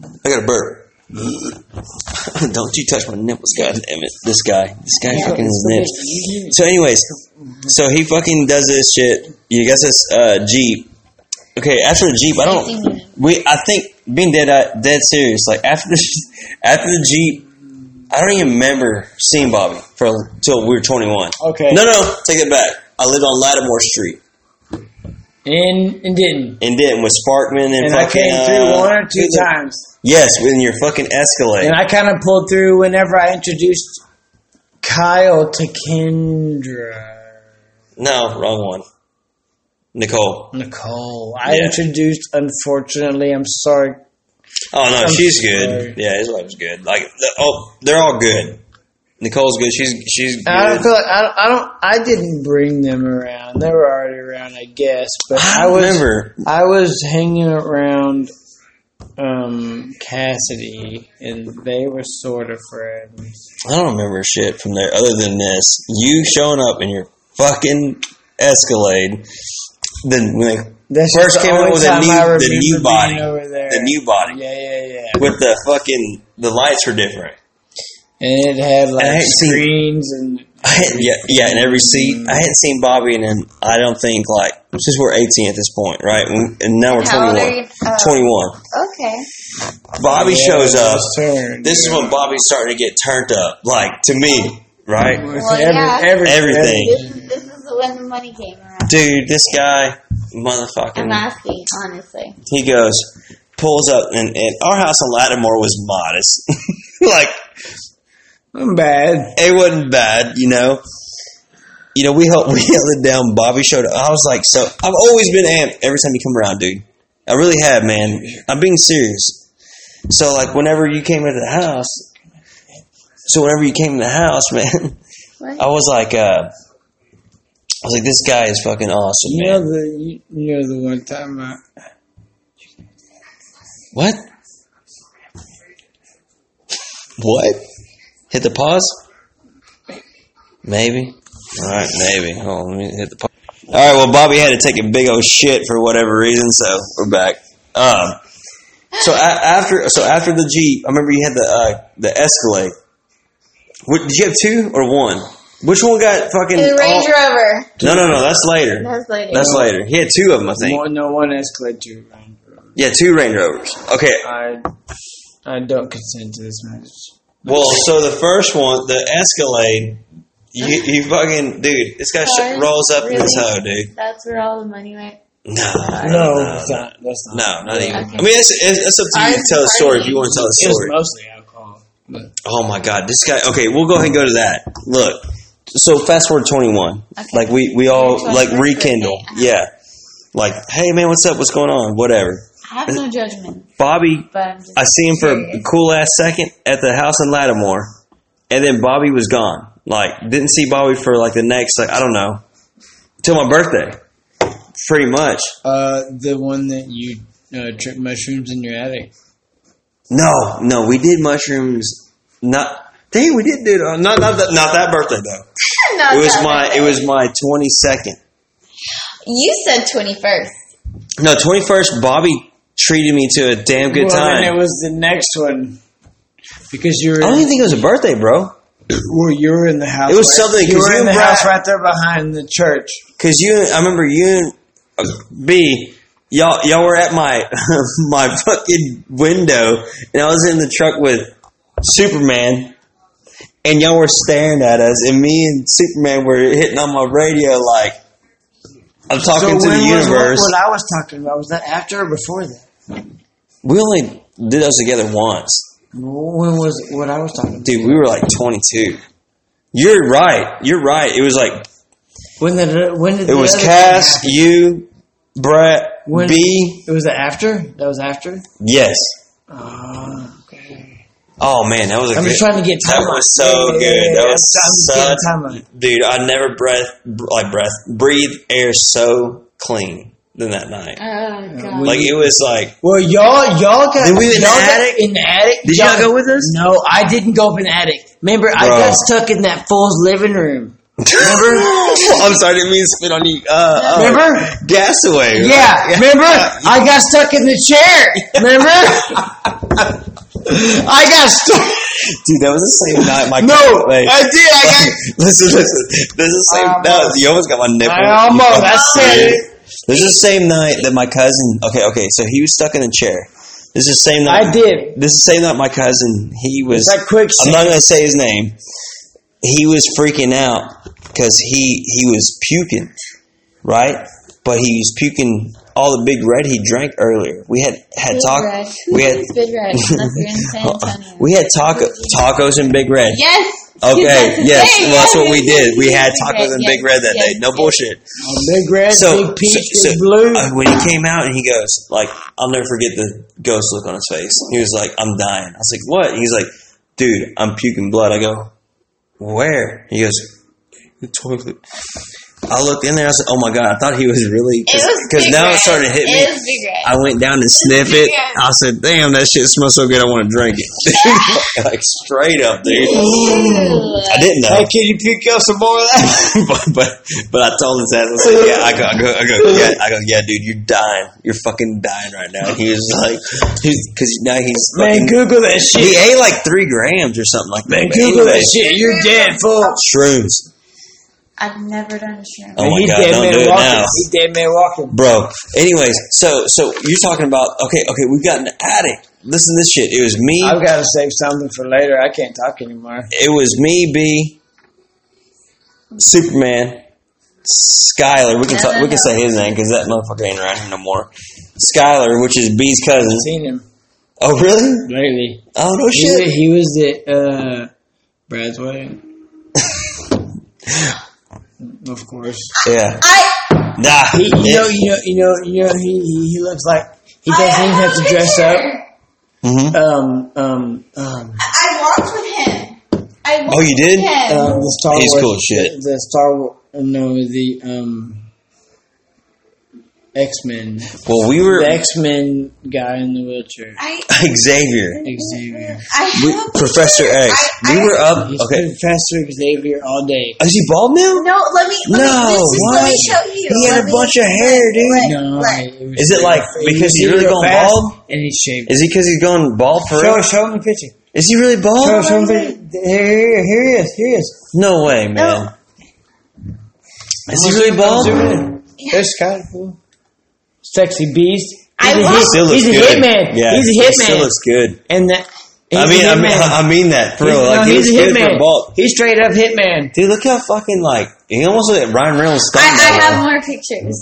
A: on. I got a burp. Don't you touch my nipples, god damn it. This guy. This guy fucking is nips.
C: You-
A: So anyways, so he fucking does this shit. He gets this uh, Jeep. Okay, after the Jeep, I don't we I think being dead uh, dead serious, like after the after the Jeep I don't even remember seeing Bobby for until we were twenty one.
C: Okay.
A: No no, take it back. I lived on Lattimore Street
C: And and didn't.
A: and then with Sparkman and,
C: And I
A: fucking
C: came through
A: uh,
C: one or two
A: the-
C: times.
A: Yes, in your fucking Escalade.
C: And I kind of pulled through whenever I introduced Kyle to Kendra.
A: No, wrong one. Nicole.
C: Nicole. I
A: Yeah.
C: introduced, unfortunately, I'm sorry.
A: Oh no,
C: I'm
A: she's
C: sorry.
A: good. Yeah, his wife's good. Like, the- oh, they're all good. Nicole's good. She's she's good.
C: I don't feel like, I, don't- I don't, I didn't bring them around. They were already around, I guess. But
A: I
C: I,
A: don't
C: was,
A: remember.
C: I was hanging around, um, Cassidy and they were sort of friends.
A: I don't remember shit from there other than this. You showing up in your fucking Escalade. Then when they,
C: That's
A: First
C: just the
A: came out
C: only
A: with a
C: time
A: new-
C: I
A: the
C: remember
A: new
C: being
A: body.
C: over there.
A: the new body
C: yeah, yeah, yeah.
A: with the fucking the lights were different.
C: And it had
A: I
C: like
A: hadn't seen-
C: screens and
A: I hadn't, yeah, yeah, in every seat. I hadn't seen Bobby and him. I don't think like since we're eighteen at this point, right? And now we're
B: How
A: twenty
B: old are
A: one.
B: you? Oh.
A: Twenty one.
B: Okay.
A: Bobby
C: Yeah,
A: shows
C: it
A: up.
C: was turned.
A: This is when Bobby's starting to get turned up, like to me, right?
C: With
B: Well, yeah.
C: every-
A: Everything.
B: This, this is when the money came around.
A: Dude, this guy,
B: I'm
A: motherfucking,
B: asking, honestly.
A: he goes, pulls up, and, and our house in Lattimore was modest. like,
C: I'm bad.
A: it wasn't bad, you know. You know, we held, we held it down. Bobby showed up. I was like, so I've always been amped every time you come around, dude. I really have, man. I'm being serious. So like, whenever you came into the house, so whenever you came in the house, man,
B: What?
A: I was like, uh, I was like, this guy is fucking awesome,
C: You know
A: man.
C: the you, you know the one time I
A: What? What? Hit the pause? Maybe. All right, maybe. Hold on, let me hit the pause. All right, well, Bobby had to take a big old shit for whatever reason, so we're back. Um, so a- after, so after the Jeep, I remember you had the uh, the Escalade. What, did you have two or one? Which one got fucking?
B: The
A: all-
B: Range Rover.
A: no, no, no. That's later.
B: That's later.
A: That's later. He had two of them, I think.
C: one, no one escalated you.
A: Yeah, two Range Rovers. Okay.
C: I I don't consent to this message.
A: Well, so the first one, the Escalade, you, you fucking dude, this guy sh-
B: Cars?
A: rolls up in
B: Really?
A: his hoe, dude.
B: That's where all the money went.
A: No,
C: No, it's not, that's not.
A: uh, no, not even.
B: Okay.
A: I mean, it's, it's, it's up to you to
B: Cars
A: tell the
B: are
A: story if
B: party.
A: you want to tell the
C: It was
A: story.
C: mostly alcohol. But
A: Oh my god, this guy. Okay, we'll go ahead and go to that. Look, so fast forward twenty one.
B: Okay.
A: Like we we all
B: Twenty
A: like
B: first
A: rekindle.
B: birthday, uh-huh.
A: Yeah. Like, hey man, what's up? What's going on? Whatever.
B: I have no judgment,
A: Bobby
B: but I'm just
A: I see him for a
B: curious.
A: cool ass second at the house in Lattimore, and then Bobby was gone. Like, didn't see Bobby for like the next, like I don't know, till my birthday, pretty much.
C: uh, the one that you uh, trip mushrooms in your attic.
A: No, no, we did mushrooms. Not Dang, we did do that. Not, not that. Not that birthday though.
B: No,
A: It was
B: no,
A: my.
B: no.
A: It was my twenty second.
B: You said twenty first.
A: No, twenty first. Bobby treated me to a damn good
C: well, then it
A: time.
C: was the next one.
D: Because you were,
A: I don't even think it was a birthday, bro.
C: Well, you were in the house.
A: It was something
C: You
A: because
C: were
A: you, and
C: in the
A: Brad,
C: house right there behind the church.
A: because you. I remember you and uh, B. Y'all, y'all were at my my fucking window, and I was in the truck with Superman, and y'all were staring at us, and me and Superman were hitting on my radio like I'm talking to the
C: when was
A: universe.
C: What, what I was talking about was that after or before that?
A: we only did those together once,
C: When was what I was talking about?
A: dude. We were like 22. You're right. You're right. It was like
C: When the when did
A: it
C: the
A: was
C: other
A: Cass,
C: thing
A: you, Brett,
C: When-
A: B.
C: happen? It was the after. That was after.
A: Yes.
C: Oh, okay.
A: Oh man, that was a
C: I'm
A: good.
C: just trying to get
A: That
C: time.
A: was so good. That was
C: I'm just
A: such-
C: getting time.
A: dude, I never breath like breath breathe air so clean than that night.
B: Oh god.
A: Like it was like
C: Well, y'all, y'all got.
A: Did we in the
C: y'all got
A: attic?
C: In the attic.
A: Did y'all go with us?
C: No, I didn't go up in the attic. Remember, I
A: Bro.
C: got stuck in that fool's living room.
A: remember. I'm sorry, I didn't mean to spit on you. Uh, uh,
C: Remember?
A: gas away. Uh,
C: Yeah, remember? I got stuck in the chair. Remember? I got stuck.
A: dude, that was the same night. My
C: No,
A: like,
C: I did. I got.
A: listen, listen. This is the same.
C: I
A: No,
C: almost-
A: you almost got my nipple.
C: I
A: You
C: almost-
A: fucking
C: I said
A: idiot.
C: it.
A: This is the same night that my cousin. Okay, okay. So he was stuck in a chair. This is the same night.
C: I did.
A: This is the same night my cousin. He was.
C: That quick.
A: I'm not gonna say his name. He was freaking out because he he was puking, right? But he was puking all the big red he drank earlier. We had had
B: Big Red.
A: talk.
B: Who
A: We had Oh,
B: likes Big Red? Unless you're in San Antonio.
A: we had taco tacos and big red.
B: yes.
A: Okay,
B: That's
A: yes,
B: the thing.
A: well, that's what
B: Yes,
A: we
B: yes,
A: did. We
B: yes,
A: had
B: yes,
A: tacos and
B: yes,
A: Big Red that
B: yes,
A: day. No
B: yes.
A: bullshit.
C: Big red,
A: So,
C: big peach,
A: so,
C: big
A: so,
C: blue.
A: uh, when he came out and he goes, like, I'll never forget the ghost look on his face. He was like, I'm dying. I was like, what? He's like, dude, I'm puking blood. I go, where? He goes, the toilet. I looked in there. I was like, oh my god! I thought he was really
B: It was
A: because
B: Big
A: now
B: Red.
A: it started to hit me.
B: It was Big Red.
A: I went down and sniffed it.
B: Yeah.
A: I said, "Damn, that shit smells so good. I want to drink it." like straight up, dude.
B: Ew.
A: I didn't know,
C: Hey, can you pick up some more of that?
A: but, but but I told his ass. I was like, "Yeah, I go, I go, I go, yeah, I go, yeah, dude, you're dying. You're fucking dying right now." And he was like, "Because now he's
C: Man,
A: fucking."
C: Google that
A: He
C: shit.
A: ate like three grams or something like that.
C: Man,
A: But
C: Google
A: anyway,
C: that shit. You're dead, fool.
A: Shrooms.
B: I've never done a shrimp.
A: Oh my
C: he
A: god,
C: dead
A: don't
C: man
A: do it
C: walking.
A: now.
C: He dead man walking.
A: bro. Anyways, so so you're talking about okay, okay, we got an addict. Listen to this shit. It was me.
C: I've got to save something for later. I can't talk anymore.
A: It was me, B, Superman, Skyler. We can talk, we can say his name because that motherfucker ain't around here no more. Skyler, which is B's cousin.
C: Seen him
A: Oh really?
D: lately.
A: Oh no
D: He, wa-
A: shit.
D: he was at uh, Brad's wedding.
C: of course.
A: Yeah.
B: I
A: Nah.
C: He, you know,
A: It-
C: you know, you know, you know. He he, he looks like he doesn't even have to dress up.
A: Mhm.
C: Um, um, um.
B: I walked with him. I walked
A: Oh, you did?
B: With him.
C: Um, the Star
A: He's
C: Wars.
A: cool as shit.
C: The, the Star Wars. No, the um, X Men.
A: Well, we were
C: The X Men guy in the wheelchair.
B: I
A: Xavier,
C: Xavier.
B: I
A: we,
B: have
A: Professor X.
B: I-
A: we
B: I-
A: were up.
C: He's
A: Um, Okay.
C: Professor Xavier all day.
A: Is he bald now?
B: no. Let me. Let
A: No,
B: me, this is, let
A: what?
B: me show you.
A: He had
B: Let
A: a
B: me-
A: bunch of hair, dude.
B: Let-
C: No,
B: let-
C: it was
A: Is it like
C: real-
A: because
C: was
A: he's really
C: real
A: going
C: fast,
A: bald?
C: And he's shaved.
A: Is he because he's going bald for
C: Show,
A: real?
C: show him the picture.
A: Is he really
C: Show,
A: bald?
C: show him the picture. Here, here he is. Here he is.
A: No way, man. Is he really bald?
C: Zoom in. There's Scott. Cool. Sexy beast.
B: I
C: He's a
A: He
B: walked.
A: still looks
C: He's a
A: good.
C: hitman.
A: Yeah,
C: He's a
A: he still
C: hitman.
A: looks good.
C: And that. he's
A: I
C: a
A: mean, I mean,
C: hitman.
A: I mean that for
C: He's-
A: real.
C: no,
A: Like he
C: he's
A: looks
C: a
A: good for
C: hitman.
A: bald.
C: He's straight up hitman.
A: Dude, look how fucking like he almost looked like Ryan Reynolds.
B: I, I
A: thumbnail.
B: have more pictures.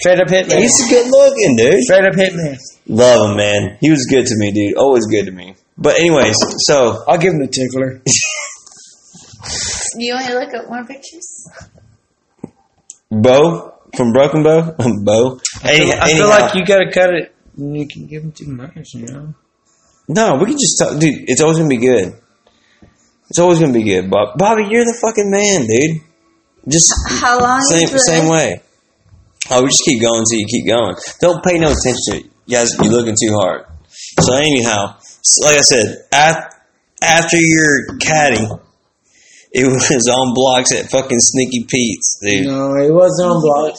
C: Straight up hitman.
A: He's a good looking dude.
C: straight up hitman.
A: Love him, man. He was good to me, dude. Always good to me. But anyways, so
C: I'll give him the tickler.
B: You want to look at more pictures?
A: Bo from Broken Bow, Bo. Any,
C: I feel
A: anyhow.
C: like you gotta cut it. You can give him too much, you know.
A: No, we can just talk, dude. It's always gonna be good. It's always gonna be good, Bob. Bobby, you're the fucking man, dude. Just
B: How long is
A: same
B: the-
A: same way. Oh, we just keep going until you keep going. Don't pay no attention to it. You guys. You're looking too hard. So anyhow, s- like I said, at, after your caddy, it was on blocks at fucking Sneaky Pete's, dude.
C: No, it wasn't on blocks.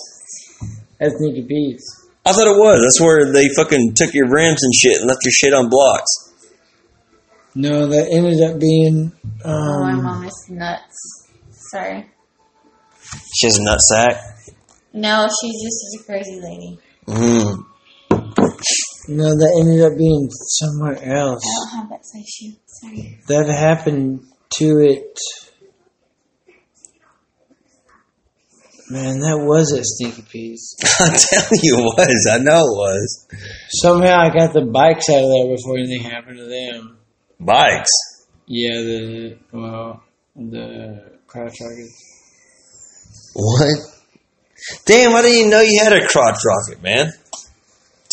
C: That's Sneaky Pete's.
A: I thought it was. That's where they fucking took your rims and shit and left your shit on blocks.
C: No, that ended up being.
B: Oh, my
C: Um,
B: mom is nuts. Sorry.
A: She has a nut sack.
B: No, she's just a crazy lady.
A: Mm.
C: no, that ended up being somewhere
B: I
C: else.
B: don't have that size shoe. Sorry.
C: That happened to it. Man, that was at Sneaky Pete's.
A: I'm telling you, it was. I know it was.
C: Somehow I got the bikes out of there before anything happened to them.
A: Bikes.
C: Yeah, the well, the crash targets.
A: What? Damn, I didn't even know you had a crotch rocket, man.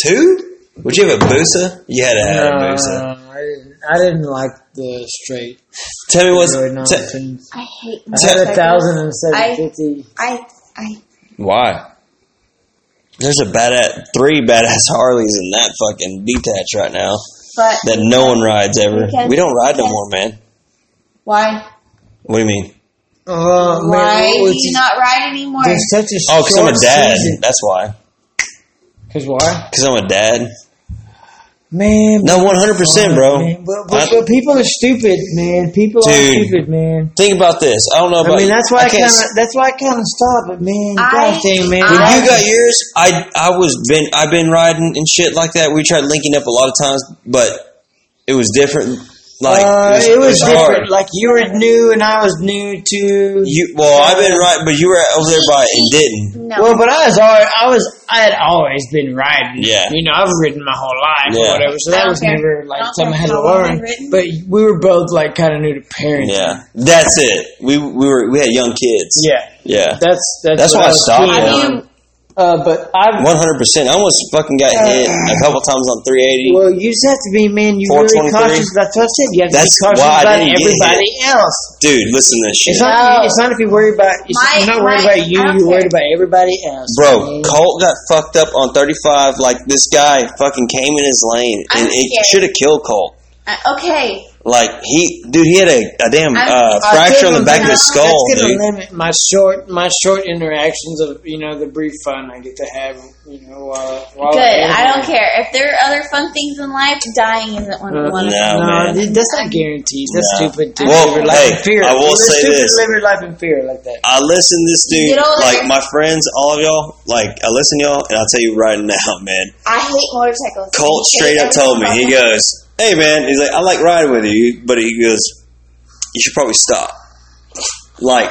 A: Two? Would you have a Busa? You had to have a Busa.
C: No, Uh, I didn't. I didn't like the straight.
A: Tell me what's.
C: Droid
A: T-
C: nonsense.
B: I hate
C: I had a
B: motorcycles.
C: thousand and seven
B: I-
C: fifty.
B: I, I,
A: Why? There's a badass, three badass Harleys in that fucking detach right now
B: but
A: that no one rides ever.
B: Because-
A: we don't ride no
B: because-
A: more, man.
B: why?
A: What do you mean?
C: Oh man,
B: why
C: what
B: do
C: was
B: you
C: it?
B: not ride anymore?
C: There's such a
A: Oh, because I'm a
C: short
A: dad.
C: season.
A: That's why.
C: Cause why?
A: Because I'm a dad.
C: Man,
A: No, 100%, bro.
C: Oh, man, but, but,
A: I-
C: but people are stupid, man. People are
A: Dude.
C: stupid, man.
A: Think about this. I don't know
C: I
A: about
C: mean, that's why I, kind
A: can't
C: of that's why I kind of stopped. But man,
B: I-
C: God dang, man,
B: When
A: When
B: I-
A: you got yours, I I was been I've been riding and shit like that. We tried linking up a lot of times, but it was different. Like
C: uh, it was different.
A: hard.
C: Like you were new and I was new too.
A: You well, I've been riding, but you were over there by it and didn't.
B: no.
C: Well, but I was always, I was I had always been riding.
A: Yeah.
C: You know, I've ridden my whole life
A: Yeah.
C: or whatever, so
B: I
C: that
B: don't
C: was
B: care.
C: never like
B: I don't
C: something I
B: care
C: had
B: how
C: to
B: long I've
C: learn.
B: ridden.
C: But we were both like kind of new to parenting.
A: Yeah, that's it. We we were we had young kids.
C: Yeah.
A: yeah,
C: That's that's,
A: That's
C: what
A: why I
C: was
A: stopped,
C: keen
A: yeah.
C: on. Uh, but I
A: one hundred percent. I almost fucking got hit a couple times on three eighty.
C: Uh, well, you just have to be man. You really
A: 423.
C: cautious. That's what I said. You have to
A: That's
C: be cautious
A: why I
C: about
A: didn't get
C: everybody else.
A: Dude, listen to this shit,
C: It's not.
B: No.
C: It's not if you worry about. It's,
B: My-
C: you're not worried
B: my-
C: about you.
B: I don't
C: You're
B: care.
C: worried about everybody else,
A: bro.
C: man.
A: Colt got fucked up on thirty five. Like this guy fucking came in his lane, and it
B: I'm scared.
A: should have killed Colt.
B: I- Uh, okay.
A: Like he, dude, he had a, a damn
B: I'm-
A: uh,
C: I
A: fracture on the
C: couldn't
A: back of his
C: limit-
A: skull,
C: That's
A: dude.
C: gonna limit my short my short interactions of you know the brief fun I get to have you know while, while
B: Good.
C: I'm
B: I don't
C: here.
B: care. If there are other fun things in life, dying isn't one of
C: Uh,
B: one of them.
A: No, man.
C: dude, that's not guaranteed. That's
A: No.
C: stupid. To
A: Well,
C: live your life
A: hey,
C: in fear.
A: I will
C: It's
A: say
C: stupid
A: this.
C: To live your life in fear like that.
A: I listen to this dude,
B: Get over
A: like
B: there.
A: my friends, all of y'all, like I listen to y'all, and I'll tell you right now, man.
B: I hate motorcycles.
A: Colt
B: I hate
A: straight up told me, he
B: everything about
A: goes, "Hey, man," he's like, "I like riding with you," but he goes, "You should probably stop," like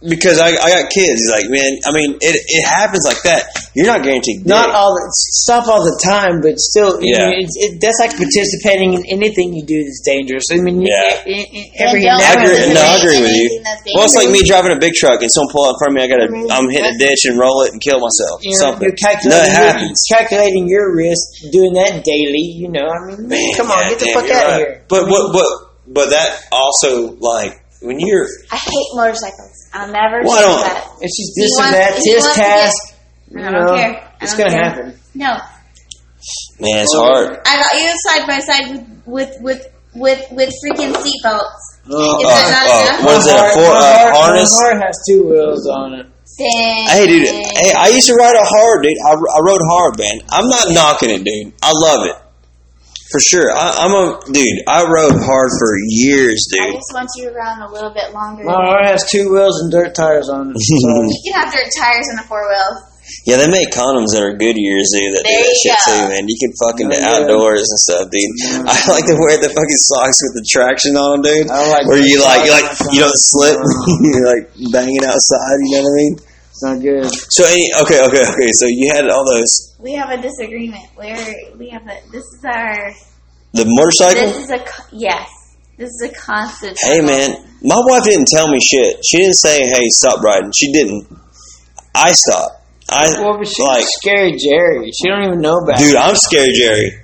A: because I, I got kids. He's like, "Man, I mean, it it happens like that. You're not guaranteed.
C: Not
A: dick.
C: all the stop all the time, but still, you
A: Yeah.
C: know, it's, it, that's like participating in anything you do that's dangerous. I mean, you-
A: Yeah.
C: i- i-
B: Then
C: every
B: don't
C: now and
A: I agree-
C: then-
A: no, I agree with you.
B: anything that's
A: Well, it's like me
B: dangerous.
A: driving a big truck and someone pull out in front of me. I gotta, I'm hitting a ditch and roll it and kill myself.
C: You know,
A: Something.
C: You're
A: no, it
C: calculating,
A: happens.
C: Your, calculating your risk, doing that daily. You know, I mean,
A: Man,
C: come on,
A: yeah,
C: get the
A: damn,
C: fuck
A: you're
C: out of
A: right.
C: here.
A: But but but but that also like when you're
B: I hate motorcycles. I'll never
A: Well, I
B: do
A: don't-
B: that.
C: It's just
B: He
C: this and
B: wants-
C: that,
B: he
C: this
B: wants to
C: task.
B: I
C: You
B: don't
C: know,
B: care. I
C: it's
B: don't
C: gonna
B: care.
C: happen.
B: No,
A: man, it's hard.
B: I got you side by side with with with with, with freaking seatbelts.
C: Oh,
B: Is
A: Uh,
B: that not
A: uh,
B: enough?
A: what is it? A
C: My heart-
A: four
C: my
A: uh,
C: heart- my
A: harness?
C: heart has two wheels on it.
B: Dang.
A: Hey, dude. Hey, I used to ride a hard, dude. I, I rode hard, man. I'm not knocking it, dude. I love it for sure. I, I'm a dude. I rode hard for years,
B: I
A: dude.
B: just want you around a little bit longer.
C: My heart has two wheels and dirt tires on it. So,
B: You can have dirt tires and a four wheel.
A: Yeah, they make condoms that are good years, dude. That do
B: There
A: that
B: you
A: shit
B: go.
A: too, man. You can fucking
C: Oh,
A: the
C: yeah.
A: outdoors and stuff, dude. I like to wear the fucking socks with the traction on, 'em, dude.
C: I don't like
A: Where you
C: dirt
A: like, you
C: tires
A: like,
C: on Uh-huh. my
A: you don't slip.
C: socks.
A: You're like banging outside. You know what I mean?
C: It's not good.
A: So any, okay, okay, okay. So you had all those
B: We have a disagreement. We're we have a this is our
A: the motorcycle.
B: this is a co- yes this is a constant.
A: Hey
B: struggle.
A: man, my wife didn't tell me shit. She didn't say, "Hey, stop riding." She didn't. I stopped. I
C: Well, but she's
A: like,
C: scared, Jerry. She don't even know about
A: dude.
C: it.
A: I'm scared, Jerry.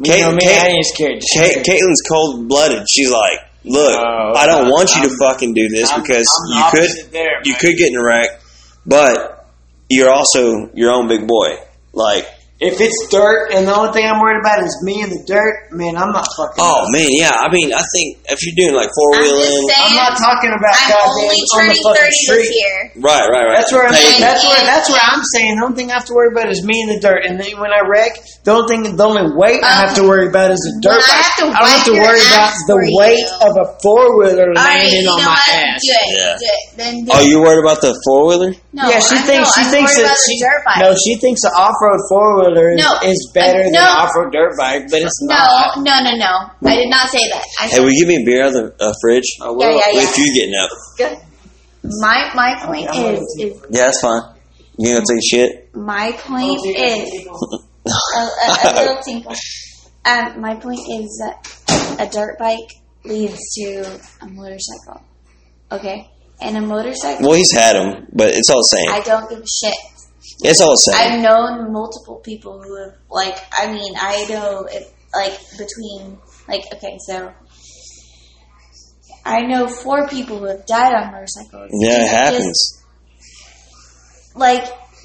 C: You know
A: Kate-
C: me, I
A: Kate-
C: ain't scared.
A: Kate, Caitlin's cold blooded. She's like, "Look,
C: Oh,
A: I don't want you to
C: I'm-
A: fucking do this
C: I'm-
A: because
C: I'm the
A: you could
C: opposite there,
A: you
C: man.
A: could get in a wreck, but you're also your own big boy. Like,
C: If it's dirt and the only thing I'm worried about is me and the dirt, man, I'm not fucking.
A: Oh man, yeah. I mean, I think if you're doing like four
B: I'm just
A: wheeling,
B: saying,
C: I'm not talking about
B: I'm
C: goddamn
B: only
C: on the
B: turning 30
C: fucking
B: this
C: street.
B: year.
A: right, right, right.
C: That's where I'm.
A: Pavement.
C: That's where. That's where I'm saying. The only thing I have to worry about is me and the dirt. And then when I wreck, the only thing, the only weight I have to worry about is the dirt.
B: Um, Well, I have to
C: I don't have to
B: wipe your
C: worry about
B: ass
C: the
B: for you.
C: weight of a four wheeler
B: All right,
C: landing
B: you know
C: on my
B: what?
C: ass.
B: Do it.
A: Yeah.
B: Do it. Then do
A: Oh,
B: it.
A: you're worried about the four wheeler?
B: No,
C: yeah, she
B: I
C: thinks
B: know,
C: she
B: I'm
C: thinks
B: worried
C: that
B: about the
C: she
B: dirt bike.
C: no, she thinks an off road four wheeler is,
B: No,
C: is better
B: uh,
C: than
B: no.
C: an off road dirt bike, but it's
B: no,
C: not.
B: no, no, no. I did not say that. I
A: Hey, will you give me a beer out of the uh, fridge?
C: I
B: Yeah,
C: will.
B: yeah, yeah.
A: If you're getting up,
B: Good. My my point
C: Oh, I'm
B: is is
A: yeah, that's fine. You gonna take a shit?
B: my point
A: Oh,
B: is a, a, a little tinkle. Um, my point is that a dirt bike leads to a motorcycle. Okay, and a motorcycle.
A: Well, he's had them, but it's all the same.
B: I don't give a shit.
A: It's all the same.
B: I've known multiple people who have like. I mean, I know if like between like okay, so I know four people who have died on motorcycles.
A: Yeah, it
B: Just-
A: happens.
B: like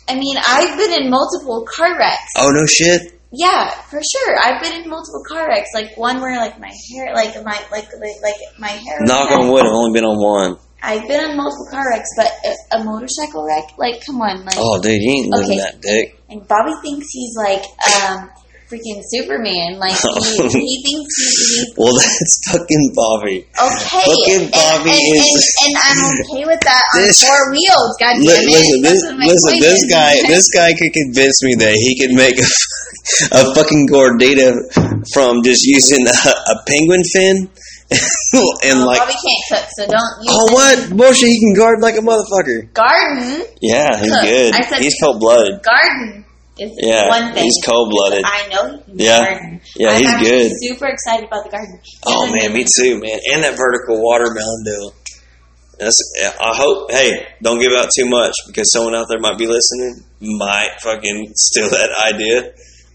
B: I mean, I've been in multiple car wrecks.
A: Oh no, shit.
B: Yeah, for sure. I've been in multiple car wrecks. Like one where like my hair, like my like like, like my hair. was
A: Knock
B: cut.
A: on wood. I've only been on one.
B: I've been on multiple car wrecks, but a, a motorcycle wreck. Like, come on, like.
A: Oh, dude, you ain't living
B: Okay.
A: that dick.
B: And Bobby thinks he's like um freaking Superman. Like he, he thinks he, he's
A: Well, that's fucking Bobby.
B: okay.
A: Fucking
B: And-
A: Bobby
B: and, and,
A: is-
B: and, I'm okay with that on
A: This-
B: four wheels. God damn
A: Li- listen,
B: it! That's
A: this,
B: what my
A: listen,
B: point
A: this
B: is.
A: guy, this guy could convince me that he could make a, a fucking gordita from just using a, a penguin fin, and
B: Well,
A: like,
B: Bobby can't cook, so don't use
A: oh
B: it.
A: what bullshit, he can guard like a motherfucker.
B: Garden,
A: Yeah, he's
B: Cook.
A: good.
B: I said-
A: he's cold blooded.
B: garden is
A: Yeah,
B: one thing.
A: he's cold blooded.
B: I know he can
A: Yeah.
B: garden.
A: Yeah,
B: I'm
A: he's
B: actually
A: good.
B: Super excited about the garden.
A: Oh man, me too, man. And that vertical watermelon deal. That's. I hope. Hey, don't give out too much because someone out there might be listening. Might fucking steal that idea.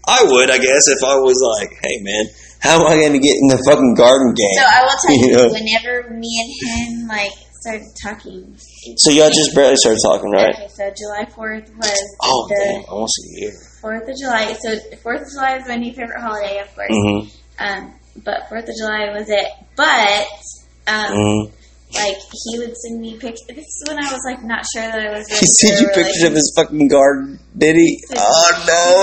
A: I would, I guess, if I was like, hey man, how am I going to get in the fucking garden game?
B: So I will tell you,
A: You know.
B: whenever me and him like started talking.
A: So y'all just barely started talking, right?
B: Okay, so July fourth was
A: Oh damn,
B: the
A: I want some beer.
B: Fourth of July. So Fourth of July is my new favorite holiday, of course.
A: Mm-hmm.
B: Um, but Fourth of July was it? But um,
A: mm
B: like he would send me pictures. This is when I was like not sure that I was.
A: He sent you pictures of his fucking garden, did he? Oh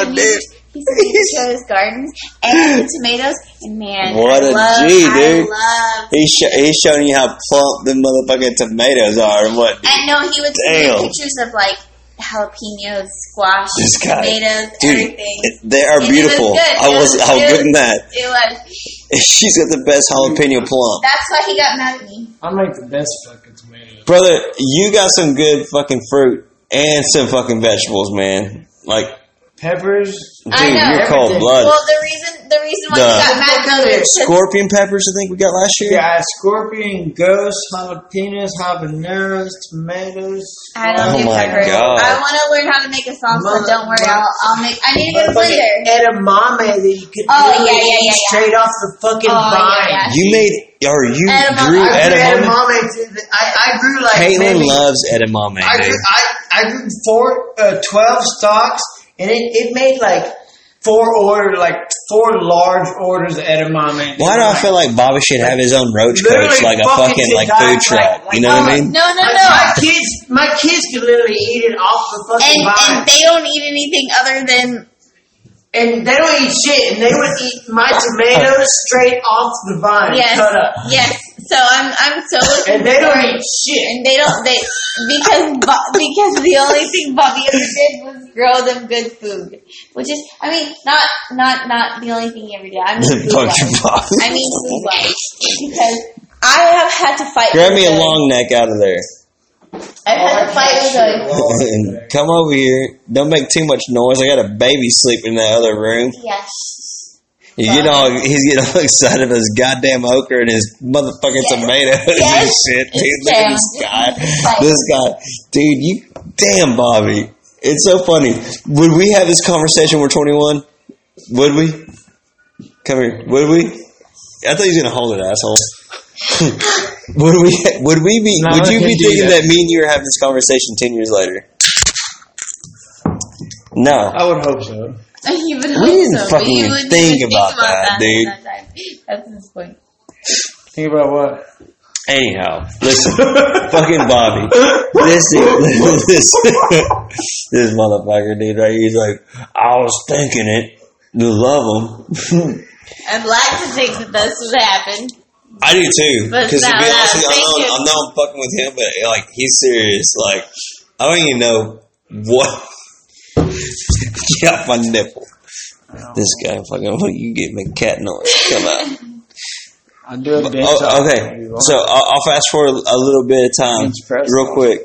A: no, dude.
B: He said he shows gardens and tomatoes, and man,
A: What
B: I
A: a
B: love,
A: G,
B: I
A: dude.
B: love.
A: He's, sho- he's showing you how plump the motherfucking tomatoes are and what, dude.
B: And no, he would send
A: Damn.
B: me pictures of like jalapenos, squash,
A: This guy.
B: tomatoes,
A: Dude,
B: everything.
A: it- they are
B: And it was
A: beautiful.
B: good.
A: I
B: It
A: was,
B: was
A: I'll
B: good.
A: give him that.
B: It was.
A: She's got the best jalapeno plum.
B: That's why he got mad at me.
C: I make the best fucking tomatoes.
A: Brother, you got some good fucking fruit and some fucking vegetables, man. Like,
C: Peppers.
A: dude,
B: I know.
A: you're cold
C: Everything.
A: blood.
B: Well, the reason the reason why
A: The-
B: he got mad at me was 'cause
A: Scorpion peppers, I think we got last year.
C: Yeah, scorpion, ghost, jalapenos, habaneros, tomatoes.
B: I don't
A: Oh
B: do
A: my
B: peppers.
A: God.
B: I want to learn how to make a salsa.
C: Mother-
B: Don't worry, I'll, I'll make. I need to get a blender.
C: edamame that you could
B: Oh,
C: literally
B: yeah, yeah,
C: eat
B: yeah, yeah.
C: straight off the fucking
B: Oh,
C: vine.
B: yeah, yeah.
A: You made, or you
B: Edamame.
A: grew
C: I grew
A: edamame.
C: edamame. I, I grew like
A: Caitlin
C: maybe-
A: loves edamame,
C: I
A: dude.
C: grew, I, I grew four, uh, 12 stocks, and it, it made like four order, like four large orders of edamame.
A: Why do I feel like Bobby should have his own roach coach,
C: Literally
A: like a
C: fucking
A: fucking
C: to
A: like
C: die,
A: food
C: like-
A: truck?
C: like,
A: You know what I
C: oh,
A: mean?
B: No, no,
C: Like,
B: no.
C: My kids, my kids could literally eat it off
B: And
C: the fucking vine.
B: and they don't eat anything other than
C: And they don't eat shit, and they would eat my tomatoes straight off the vine,
B: Yes.
C: cut up.
B: yes. So I'm I'm so looking
C: And they don't
B: forward-
C: eat shit.
B: And they don't they because Bo- because the only thing Bobby ever did was grow them good food, which is I mean not not not the only thing he ever did. I mean food
A: Fuck you,
B: wise.
A: Bobby.
B: I mean food wise because I have had to fight.
A: Grab
B: with
A: me a
B: Zoe.
A: long neck out of there.
B: I've had to fight with Zoe.
A: And Come over here. Don't make too much noise. I got a baby sleeping in the other room.
B: Yes.
A: You get all he's getting all excited about his goddamn okra and his motherfucking
B: Yes.
A: tomatoes and
B: Yes.
A: shit, dude. Look at this guy.
B: Yes.
A: This guy. Dude, you damn Bobby. It's so funny. Would we have this conversation when we're twenty one? Would we? Come here. Would we? I thought he was gonna hold it, asshole. would we would we be
C: No,
A: would
C: I
A: you be
C: can't do
A: thinking that.
C: that.
A: me and you are having this conversation ten years later? No.
C: I would hope so.
B: You would
A: We
B: hope
A: didn't
B: so, but
A: fucking
B: you
A: even
B: wouldn't
A: think
B: even
A: about that, dude.
B: at that time. That's his point.
D: Think about what?
A: Anyhow, listen, fucking Bobby, this is this this motherfucker, dude. Right? He's like, I was thinking it. You love him.
B: I'd like to think that this would happen.
A: I do too.
B: But
A: Because to
B: now
A: be
B: that
A: honest, with you, I
B: I'm
A: know, I know I'm fucking with him, but like he's serious. Like I don't even know what. get off my nipple. This guy fucking. What you get me cat noise? Come out.
D: I'll do a bitch.
A: Oh, okay, so I'll, I'll fast forward a little bit of time,
D: It's pressed.
A: real quick.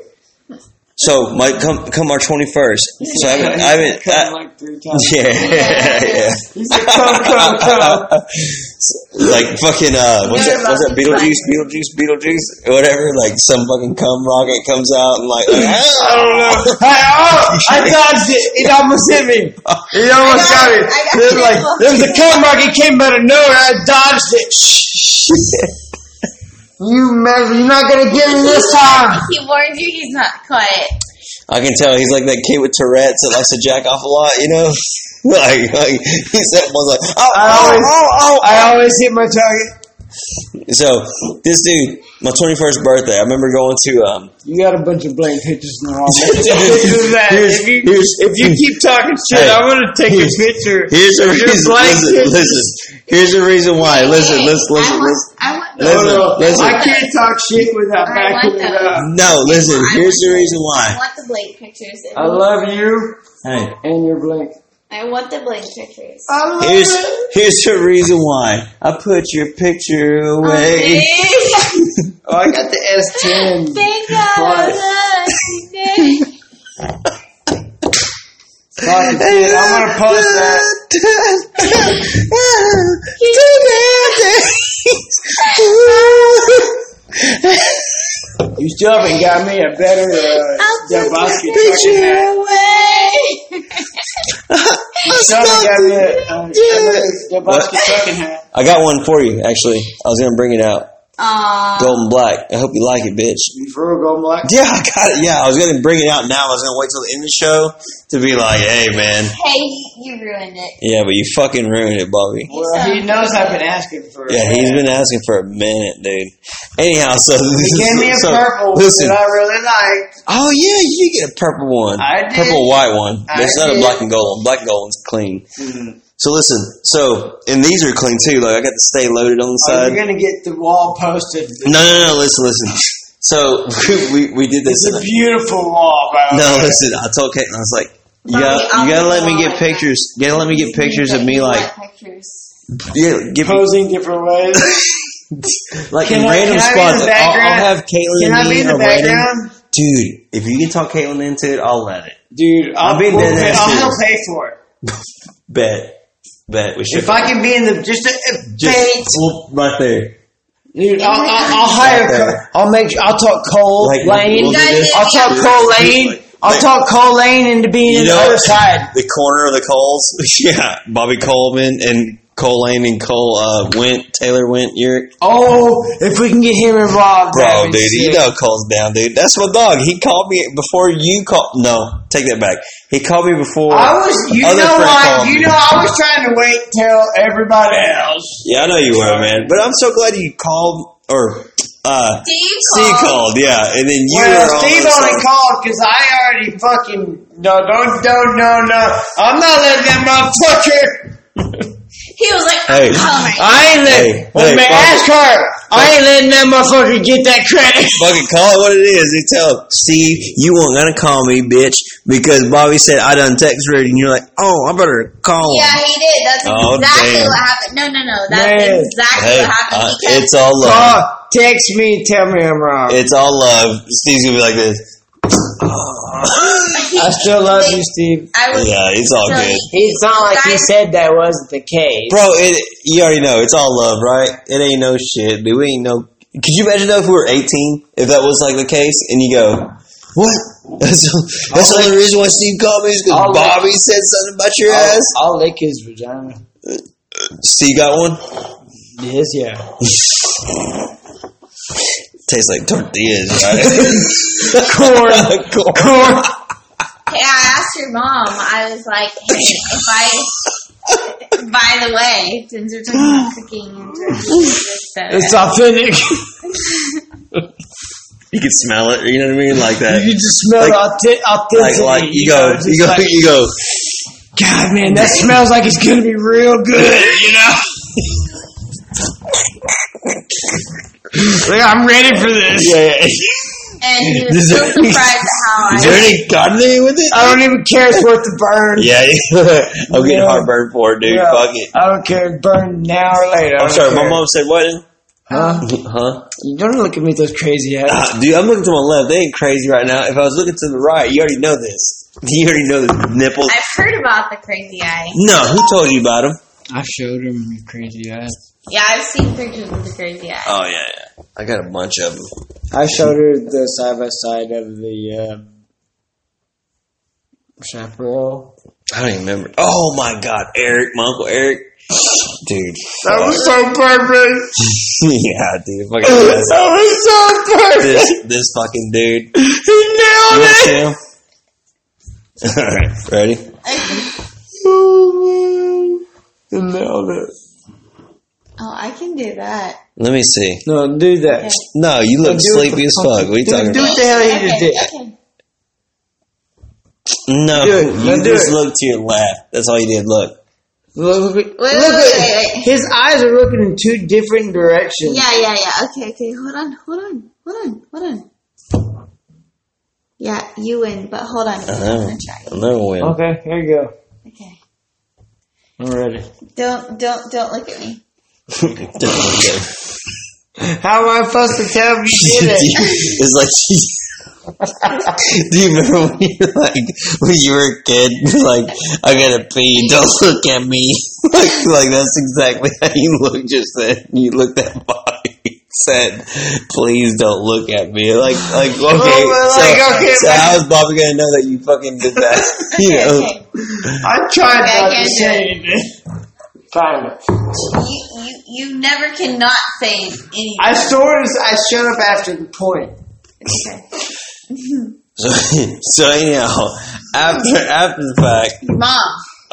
A: So, Mike, come come our twenty first. So I haven't, I haven't,
C: Come
A: I,
C: like three times.
A: yeah, yeah.
C: He said, come, come, come.
A: like fucking uh, what's that? What's that? Beetlejuice, Beetlejuice, Beetlejuice, or whatever. Like some fucking cum rocket comes out and like, "Ah!" like
C: I don't know. Hey, oh, I dodged it. It almost hit me. It
B: I
C: almost got
B: got-
C: me.
B: I got
C: There was
B: you.
C: like there was a cum rock. It came out of nowhere. I dodged it. Shh. You mess. You're not gonna get me this time.
B: He warned you he's not quiet.
A: I can tell he's like that kid with Tourette's that likes to jack off a lot, you know. like, like he said, was like, oh,
C: I
A: oh,
C: always,
A: oh, oh,
C: I always hit my target.
A: So this dude, my twenty first birthday, I remember going to um,
C: You got a bunch of blank pictures now. I'll make you pictures of that.
A: Here's-
C: If you,
A: here's-
C: if you keep talking shit,
A: Hey,
C: I'm gonna take a
A: here's-
C: picture.
A: Here's the
C: of your
A: reason.
C: blank
A: Listen,
C: pictures.
A: listen. Here's the reason why. Listen, listen,
B: I
A: listen,
B: want,
A: listen.
B: I
A: listen,
B: want
C: No, Oh, no,
A: listen.
C: I can't talk shit without
B: I
C: backing
B: want
C: it
B: those.
C: up.
A: No, listen. Here's the reason
B: I
A: why.
B: want the blank pictures.
C: I love you
A: Hey,
C: and your blank.
B: I want the blank pictures.
C: I love
A: here's here's the reason why. I put your picture away.
C: Oh, I got the S10.
B: Thank God. I love you.
C: Fucking shit. I'm gonna post that. You still haven't got me a better uh, Jabosky trucking hat.
B: away.
C: You still haven't got me a uh, Jabosky
A: What?
C: trucking hat.
A: I got one for you, actually. I was gonna bring it out.
B: Aww.
A: Golden black. I hope you like it, bitch.
C: You for real, black?
A: Yeah, I got it. Yeah, I was gonna bring it out now. I was gonna wait till the end of the show to be like, "Hey, man,
B: Hey, you ruined it.
A: yeah, but you fucking ruined it, Bobby."
C: Well, he knows I've been asking for it.
A: Yeah, he's been asking for a minute, dude. Anyhow, so
C: He gave me a
A: so,
C: purple
A: Listen,
C: that I really like.
A: oh yeah, you did get a purple one,
C: I did.
A: purple white one.
C: I
A: That's not a
C: did.
A: black and gold one. Black and gold one's clean.
C: Mm-hmm. Oh,
A: So listen, so and these are clean too. Like I got to stay loaded on the
C: Are
A: side.
C: you gonna get the wall posted? It's
A: no, no, no. Listen, listen. So we we did this. in a-
C: a beautiful wall, bro.
A: No, listen. I told Caitlin, I was like, you gotta,
B: Mommy,
A: you gotta let me
B: I'll
A: get
B: be
A: pictures. You gotta let me get pictures of me,
B: You
A: like,
B: want pictures.
A: yeah, give me,
C: Posing different ways.
A: like in
C: Can I-
A: random
C: can I be in
A: spots. Like,
C: the
A: I'll,
C: background?
A: I'll have Caitlin
C: Can
A: and
C: I be
A: me
C: in
A: are
C: the
A: waiting.
C: background?
A: Dude, if you can talk Caitlin into it, I'll let it.
C: Dude,
A: I'll
C: I'll,
A: be
C: we'll
A: dead
C: pay-
A: ass
C: I'll
A: serious.
C: help pay for it.
A: Bet, bet we should.
C: If I can be in the just, a,
A: just well, right there,
C: dude, I'll, I'll, I'll hire.
A: Okay.
C: Co- I'll make. I'll talk Cole
A: Like,
C: Lane.
A: we'll do this.
C: I'll talk Cole Lane. I'll talk Cole Lane into being
A: You
C: on the
A: know-
C: other side.
A: the corner of the Coles. yeah, Bobby Coleman and Cole Lane and Cole uh, Went Taylor Went Yurick.
C: Oh, if we can get him involved,
A: Bro,
C: that'd
A: dude,
C: be
A: you
C: sick.
A: know Cole's down, dude. That's my dog. He called me before you called. No, take that back. He called me before.
C: I was. You
A: Other
C: know
A: friend
C: what?
A: called
C: You
A: me.
C: know, I was trying to wait till everybody else.
A: Yeah, I know you were, man. But I'm so glad you called or uh
B: Steve
A: C called, yeah. And then you were
C: Oh. Well,
A: on
C: Steve
A: the
C: only
A: side.
C: called because I already fucking no, don't, don't, no, no. I'm not letting that motherfucker.
B: He was like, "Oh
A: Hey. Oh.
B: I'm calling.
C: I ain't let
A: Hey,
C: well,
A: hey,
C: man,
A: fuck
C: ask her. I ain't letting that motherfucker get that credit.
A: Fucking call it what it is. They tell him, Steve, you weren't gonna call me, bitch, because Bobby said I done text read, and you're like, oh, I better call him.
B: Yeah, he did. That's
A: Oh,
B: exactly
A: damn.
B: what happened. No, no, no. That's
C: Man.
B: exactly
A: Hey,
B: what happened.
A: uh,
B: He kept-
A: it's all love.
C: Call, text me, and tell me I'm wrong.
A: It's all love. Steve's gonna be like this.
C: I still love you, Steve.
B: I was
A: Yeah, it's all
B: silly.
A: good.
C: It's not like he said that wasn't the case.
A: Bro, it, you already know it's all love, right? It ain't no shit, dude. We ain't no. Could you imagine though if we were eighteen, if that was like the case, and you go, "What? That's, that's the only reason why Steve called me is because
C: I'll-
A: Bobby said something about your
C: I'll,
A: ass."
C: I'll lick his vagina.
A: Steve got one.
C: Yes, yeah.
A: Tastes like tortillas, right?
C: Corn.
A: Corn.
C: Corn.
B: Hey, I asked your mom, I was like, hey, if I. By the way, since we're talking about cooking and turkey,
C: It's authentic.
A: You can smell it. You know what I mean? Like
C: You
A: that.
C: can just smell
A: Like-
C: the authe-
A: Like
C: authenticity.
A: like you go
C: just
A: you go
C: like,
A: you go.
C: God, man, that smells like it's gonna be real good. You know. Like, I'm ready for this.
A: Yeah. yeah.
B: and he was
A: Is
B: so
A: there-
B: surprised at how I
A: Is there any gardening with it?
C: I don't even care. It's worth the burn.
A: Yeah. I'm getting
C: Yeah.
A: heartburn for it, dude.
C: Yeah.
A: Fuck it.
C: I don't care. It's burned now or later. I
A: I'm
C: don't
A: sorry. My
C: care.
A: mom said what? now?
C: Huh?
A: Huh?
C: You don't look at me with those crazy eyes.
A: Ah, dude, I'm looking to my left. They ain't crazy right now. If I was looking to the right, you already know this. You already know the nipples.
B: I've heard about the crazy eye.
A: No, who told you about them?
C: I showed him your crazy eyes.
B: Yeah, I've seen pictures of the crazy eye.
A: Oh yeah, yeah. I got a bunch of them.
C: I showed her the side by side of the um, chaparral.
A: I don't even remember. Oh my god, Eric, my uncle Eric, dude.
E: That was so perfect.
A: fuck. yeah, dude. Fucking
E: That was so perfect.
A: this, this fucking dude.
E: He nailed
A: You wanna
E: it.
A: see him? All right, ready?
E: Oh, man. He nailed it.
B: Oh, I can do that.
A: Let me see.
C: No, do that.
B: Okay.
A: No, you
C: Dude,
A: look sleepy
C: for
A: as
C: fucking-
A: fuck. What are you
C: dude,
A: talking
C: do
A: about?
C: what the hell you just
B: Okay,
C: did.
B: okay.
A: No,
C: Do it.
A: you
C: Now do
A: just
C: it.
A: look to your left. That's all you did. Look.
C: Look, look, at-
B: Wait,
C: look
B: wait,
C: at-
B: wait, wait.
C: His eyes are looking in two different directions.
B: Yeah, yeah, yeah. Okay, okay. Hold on, hold on, hold on, hold on. Yeah, you win, but hold
C: Uh-huh.
B: on.
A: I know.
B: I'm gonna try.
A: Uh-huh. Another win.
C: Okay, here you go.
B: Okay.
C: I'm ready.
B: Don't, don't, don't look at me.
C: How am I supposed to tell if you did it?
A: it's like Do you remember when you were like when you were a kid? Like I gotta pee. Don't look at me. like, like that's exactly how you look. Just then you looked at Bobby. Said, please don't look at me. Like, like okay.
C: but
A: so,
C: like, okay,
A: so
C: but-
A: how is Bobby gonna know that you fucking did that? you
B: Okay,
A: know.
B: okay.
E: I tried
B: Okay, I
E: not
B: can't
E: to
B: do
E: say
B: it.
E: anything. Kind of.
B: You, you, you never cannot say anything.
E: I sort of, I shut up after the point.
B: Okay.
A: So, so anyhow, after after the fact.
B: Mom.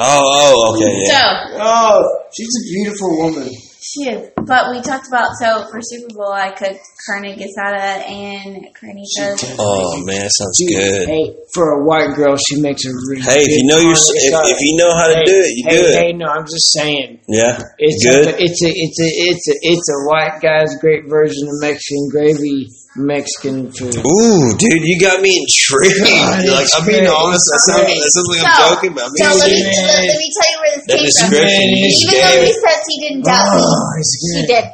A: Oh, oh, okay, yeah.
B: So
E: Oh, she's a beautiful woman.
B: she is. But we talked about so for Super Bowl, I cooked carne gasada and carnitas.
A: Oh man, that sounds
C: Dude,
A: good.
C: Hey, for a white girl, she makes a really
A: Hey, if
C: good
A: you know your,
C: carne
A: if,
C: asada.
A: if you know how to
C: hey,
A: do it, you
C: hey,
A: do it.
C: Hey, no, I'm just saying.
A: Yeah,
C: It's
A: good.
C: A, it's a it's a it's a it's a white guy's great version of Mexican gravy Mexican food.
A: Ooh, dude, you got me intrigued.
C: God,
A: like
C: it's
A: I'm being
C: great.
A: honest. That sounds,
C: It's great.
A: that sounds like
B: So-
A: I'm joking, but I'm
B: So
A: being
B: let me,
A: serious.
B: let, let me tell you where this
A: That
B: came from.
A: description you just
B: Even though
A: gave.
B: he says he didn't doubt
A: Ah.
C: Oh,
B: me,
C: it's
B: he
C: good.
B: did.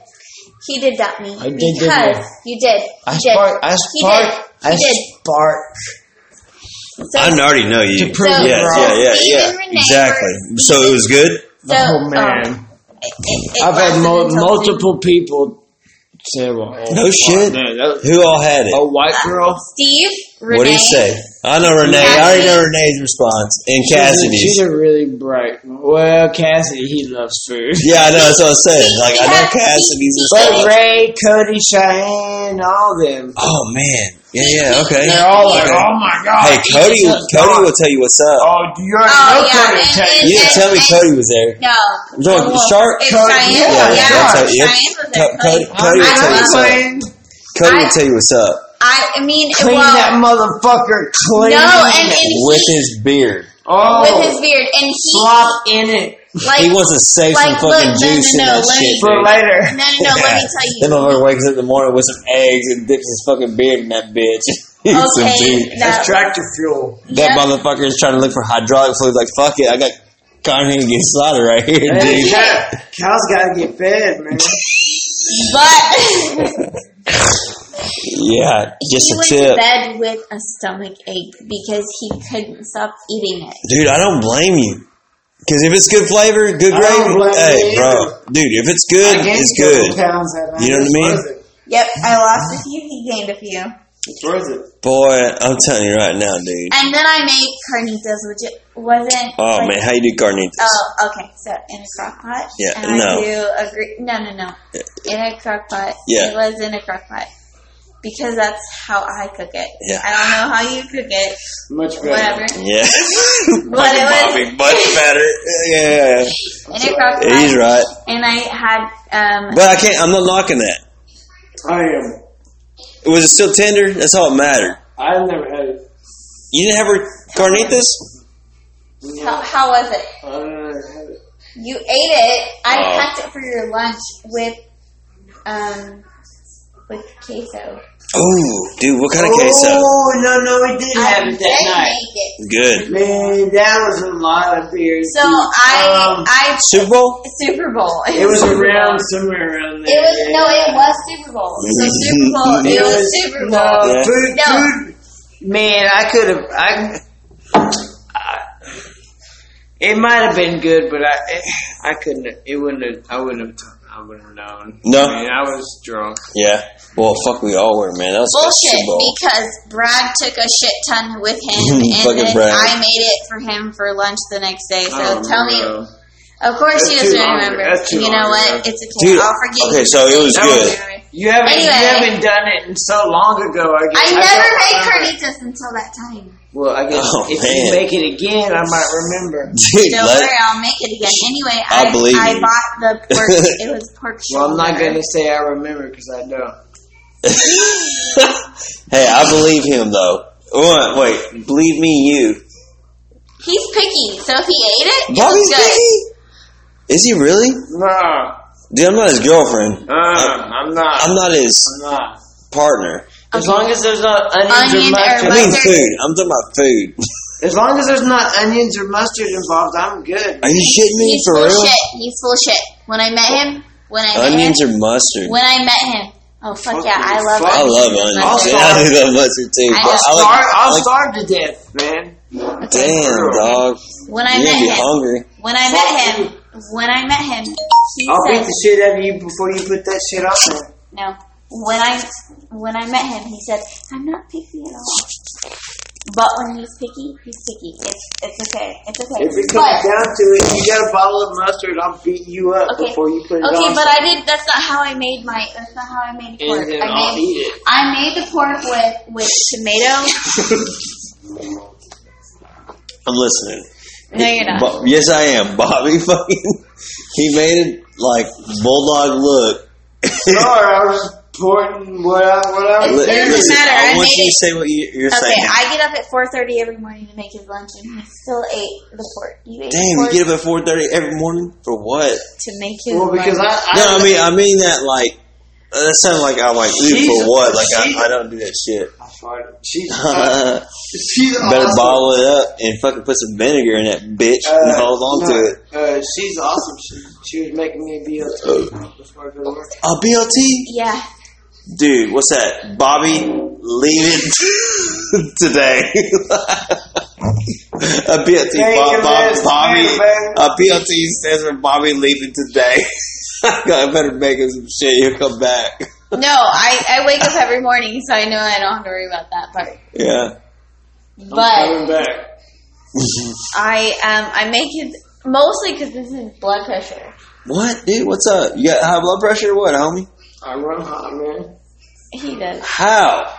B: He did doubt me
C: I did, didn't
B: because
C: I?
B: you did.
C: I
B: You did.
C: spark.
B: He
C: I
B: did.
C: spark. I
B: He did.
C: spark.
B: So,
A: I already know you.
C: To prove
B: So-
A: yes, yeah, yeah,
B: Steve
A: yeah.
B: and Renee
A: Exactly.
B: were-
A: So it was good.
B: so,
C: oh man,
B: um, it- it- it
C: I've had
B: lasted
C: mo-
B: until
C: multiple people say, "Well, oh,
A: No shit.
C: man, that-
A: Who all had it?
C: a white girl."
B: Steve, Oh, Renee,
A: what do you say? I know Renee. I already know Renee's response and
C: She's a- She's
A: Cassidy's.
C: a really bright. Well, Cassidy, he loves food.
A: Yeah, I know. That's what I'm saying. Like I know
B: Yeah.
A: Cassidy's
C: But
A: response.
C: Ray, Cody, Cheyenne, all them.
A: Oh man. Yeah, yeah. Okay.
C: They're all like,
A: Okay.
C: oh my god.
A: Hey, Cody.
C: Jesus,
A: Cody
C: God.
A: will tell you what's up.
C: Oh, do you already
B: Oh,
C: know
B: yeah,
C: Cody?
B: and-
C: Cheyenne?
B: and-
A: You didn't tell me
B: and-
A: Cody was there.
B: No.
A: No,
B: Oh, well,
A: Shark-
B: It's
C: Cody-
B: Cheyenne.
C: yeah,
B: Yeah,
C: yeah,
A: tell- yeah.
B: Cheyenne was
A: Co-
B: there.
A: Cody- Cody
B: I
A: will tell you
B: love
A: what's up.
B: her.
A: Cody
B: I-
A: will tell you what's up
B: I, I mean,
C: Clean
B: well,
C: that motherfucker clean.
B: No, and, and he,
A: with his beard.
C: oh,
B: with his beard, and he
C: slop in it
B: like
A: he wants to save
B: like,
A: some fucking
B: look, no, no,
A: juice in
B: no,
A: that
B: let me-
A: shit.
C: for
A: dude.
C: later.
B: no, no, no. Let me tell
A: That
B: you.
A: motherfucker wakes up in the morning with some eggs and dips his fucking beard in that bitch. He's some
B: Okay,
A: dude.
B: that,
E: Tractor fuel.
A: That
B: yeah.
A: motherfucker is trying to look for hydraulic fluid. Like fuck it, I got carne slaughter right here,
E: Hey,
A: dude.
E: cow- cows gotta get fed, man.
B: but
A: Yeah, just
B: he
A: a
B: went to
A: tip,
B: bed with a stomach ache because he couldn't stop eating it.
A: dude. I don't blame you. Cause if it's good flavor, good
E: I don't
A: gravy,
E: blame
A: hey,
E: you
A: bro,
E: either.
A: dude, if it's good,
E: I gained a
A: it's
E: couple
A: good.
E: Pounds that night.
A: You know what I
E: It's
A: mean?
E: worth it.
B: Yep, I lost a few. He gained a few,
E: It's worth it.
A: Boy, I'm telling you right now, dude.
B: and then I made carnitas, which it wasn't.
A: Oh
B: like,
A: man, how you do carnitas?
B: Oh, okay. So in a crock pot.
A: Yeah,
B: And
A: no.
B: I do agree. No, no, no. In a crock pot.
A: Yeah.
B: It was in a crock pot. because that's how I cook it.
A: Yeah.
B: I don't know how you cook it.
C: Much better.
B: Whatever.
A: Yeah.
B: But it was-
A: Bobby, much better. Yeah.
B: And it crocked pot.
A: He's right.
B: And I had um
A: But I can't, I'm not knocking that.
C: I am.
A: Was it still tender? That's all it mattered.
C: I've never had it.
A: You didn't have her carnitas?
B: how, how was it?
C: I've never had it.
B: You ate it. I
A: Oh.
B: packed it for your lunch with um with queso.
A: Oh, dude, what kind of queso?
C: Oh, no, no, we did
B: I
C: have it
B: did
C: that night.
B: make it.
A: Good.
C: Man, that was a lot of beer.
B: So
C: too.
B: I
C: Um,
B: I
A: Super Bowl?
B: Super Bowl.
C: it was
B: Super Bowl.
C: around somewhere
B: It
C: around there.
B: was no, it was Super Bowl. So Super Bowl. It
C: It
B: was
C: was-
B: Super
C: No,
B: Bowl.
A: Yeah.
C: food,
B: No.
C: food. Man, I could have. I, I. It might have been good, but I, I couldn't. It wouldn't. Have, I wouldn't have. I wouldn't have known.
A: No.
C: I, mean, I was drunk.
A: Yeah. Well, fuck, we all were, man. That was a
B: Bullshit,
A: Super Bowl.
B: because Brad took a shit ton with him,
A: Fucking
B: and then
A: Brad.
B: I made it for him for lunch the next day. So
C: I don't
B: tell me,
C: know.
B: of course he
C: That's
B: doesn't
C: too long,
B: remember.
C: that's too
B: you know
C: long,
B: what?
C: yeah.
B: It's okay.
A: Dude,
B: I'll forgive
A: okay,
B: you.
A: so it was
B: That
A: good.
C: You haven't.
B: Anyway.
C: You haven't done it in so long ago. I,
B: I
C: guess.
B: never
C: don't
B: made
C: remember.
B: carnitas until that time.
C: Well, I guess
A: Oh,
C: if
A: man.
C: you make it again, I might remember.
A: Dude,
B: Don't
A: let-
B: worry, I'll make it again. Anyway,
A: I
B: I,
A: believe
B: I
A: you.
B: bought the pork. it was pork
C: Well, I'm
B: shoulder.
C: not gonna say I remember because I don't.
A: hey, I believe him, though. What? Wait, believe me, you.
B: He's picky, so if he ate it, it was
A: Bobby's
B: good.
A: gay? Is he really?
C: No,
A: Dude, I'm not his girlfriend.
C: uh, I'm not.
A: I'm not his
C: I'm not.
A: partner.
C: As long as there's not onions
B: Onion
C: or
B: or
C: mustard.
A: I mean
B: Mustard.
A: food. I'm talking about food.
C: As long as there's not onions or mustard involved, I'm good.
A: Are you shitting me
B: He's
A: for
B: full
A: real?
B: shit. He's full shit. When I met him, when I met him,
A: Onions or mustard?
B: when I met him. Oh fuck
C: Fuck
B: yeah,
C: you,
B: I love
C: fuck.
A: I
B: onions.
A: love onions.
C: I'll
A: Man,
C: starve.
A: I do love mustard too.
B: I-
A: but
B: I'll
A: I like-
C: Starve- I'll
A: like-
C: starve to death, man.
A: Damn, dog.
B: When I
A: You're
B: met
A: gonna be
B: him,
A: hungry.
B: when I met him, when I met him, he
C: I'll
B: said
C: beat the shit out of you before you put that shit on there.
B: no. When I when I met him, he said I'm not picky at all. But when he's picky, he's picky. It's it's okay. It's okay.
C: If it comes
B: but,
C: down to it, you got a bottle of mustard, I'll beat you up
B: Okay.
C: before you put it
B: okay,
C: on.
B: but I did. That's not how I made my. That's not how I made pork.
C: and then
B: I
C: I'll
B: made
C: eat it.
B: I made the pork with with tomato.
A: I'm listening.
B: No, you're not.
A: Bo- yes, I am. Bobby fucking. He made it like bulldog look.
C: Sorry, I was pouring what I, what I was
B: It doesn't
C: doing.
B: matter.
A: I,
B: I
A: want
B: made
A: you to
B: it-
A: say what you, you're
B: Okay,
A: saying.
B: I get up at four thirty every morning to make his lunch, and he still ate the pork. You ate the
A: Damn,
B: pork
A: you get up at 4:30 every morning for what?
B: to make his
C: Well, because I,
B: lunch.
C: I,
A: No, I mean, I mean that like. uh, That sounds like I'm like dude, for
C: She's-
A: what? Like
C: she's-
A: I, I don't do that shit.
C: I farted. She's,
A: uh, Better
C: she's Oh, awesome. Uh,
A: bottle it up and fucking put some vinegar in that bitch and hold on
C: no,
A: to it.
C: Uh, she's awesome. She, she was making me a
A: Uh,
C: BLT before I go to work.
A: A BLT?
B: yeah,
A: Dude, what's that? Bobby, leave it today. a BLT,
C: Take
A: Bob,
C: your
A: Bob,
C: list,
A: Bobby.
C: man, man.
A: A BLT stands for Bobby leaving today. I better make him some shit. He'll come back.
B: no, I I wake up every morning, so I know I don't have to worry about that part.
A: Yeah.
C: I'm
B: But
C: coming back.
B: I um I make his mostly because this is blood pressure.
A: What, dude? What's up? You got high blood pressure or what, homie?
C: I run hot, man.
B: He does.
A: How?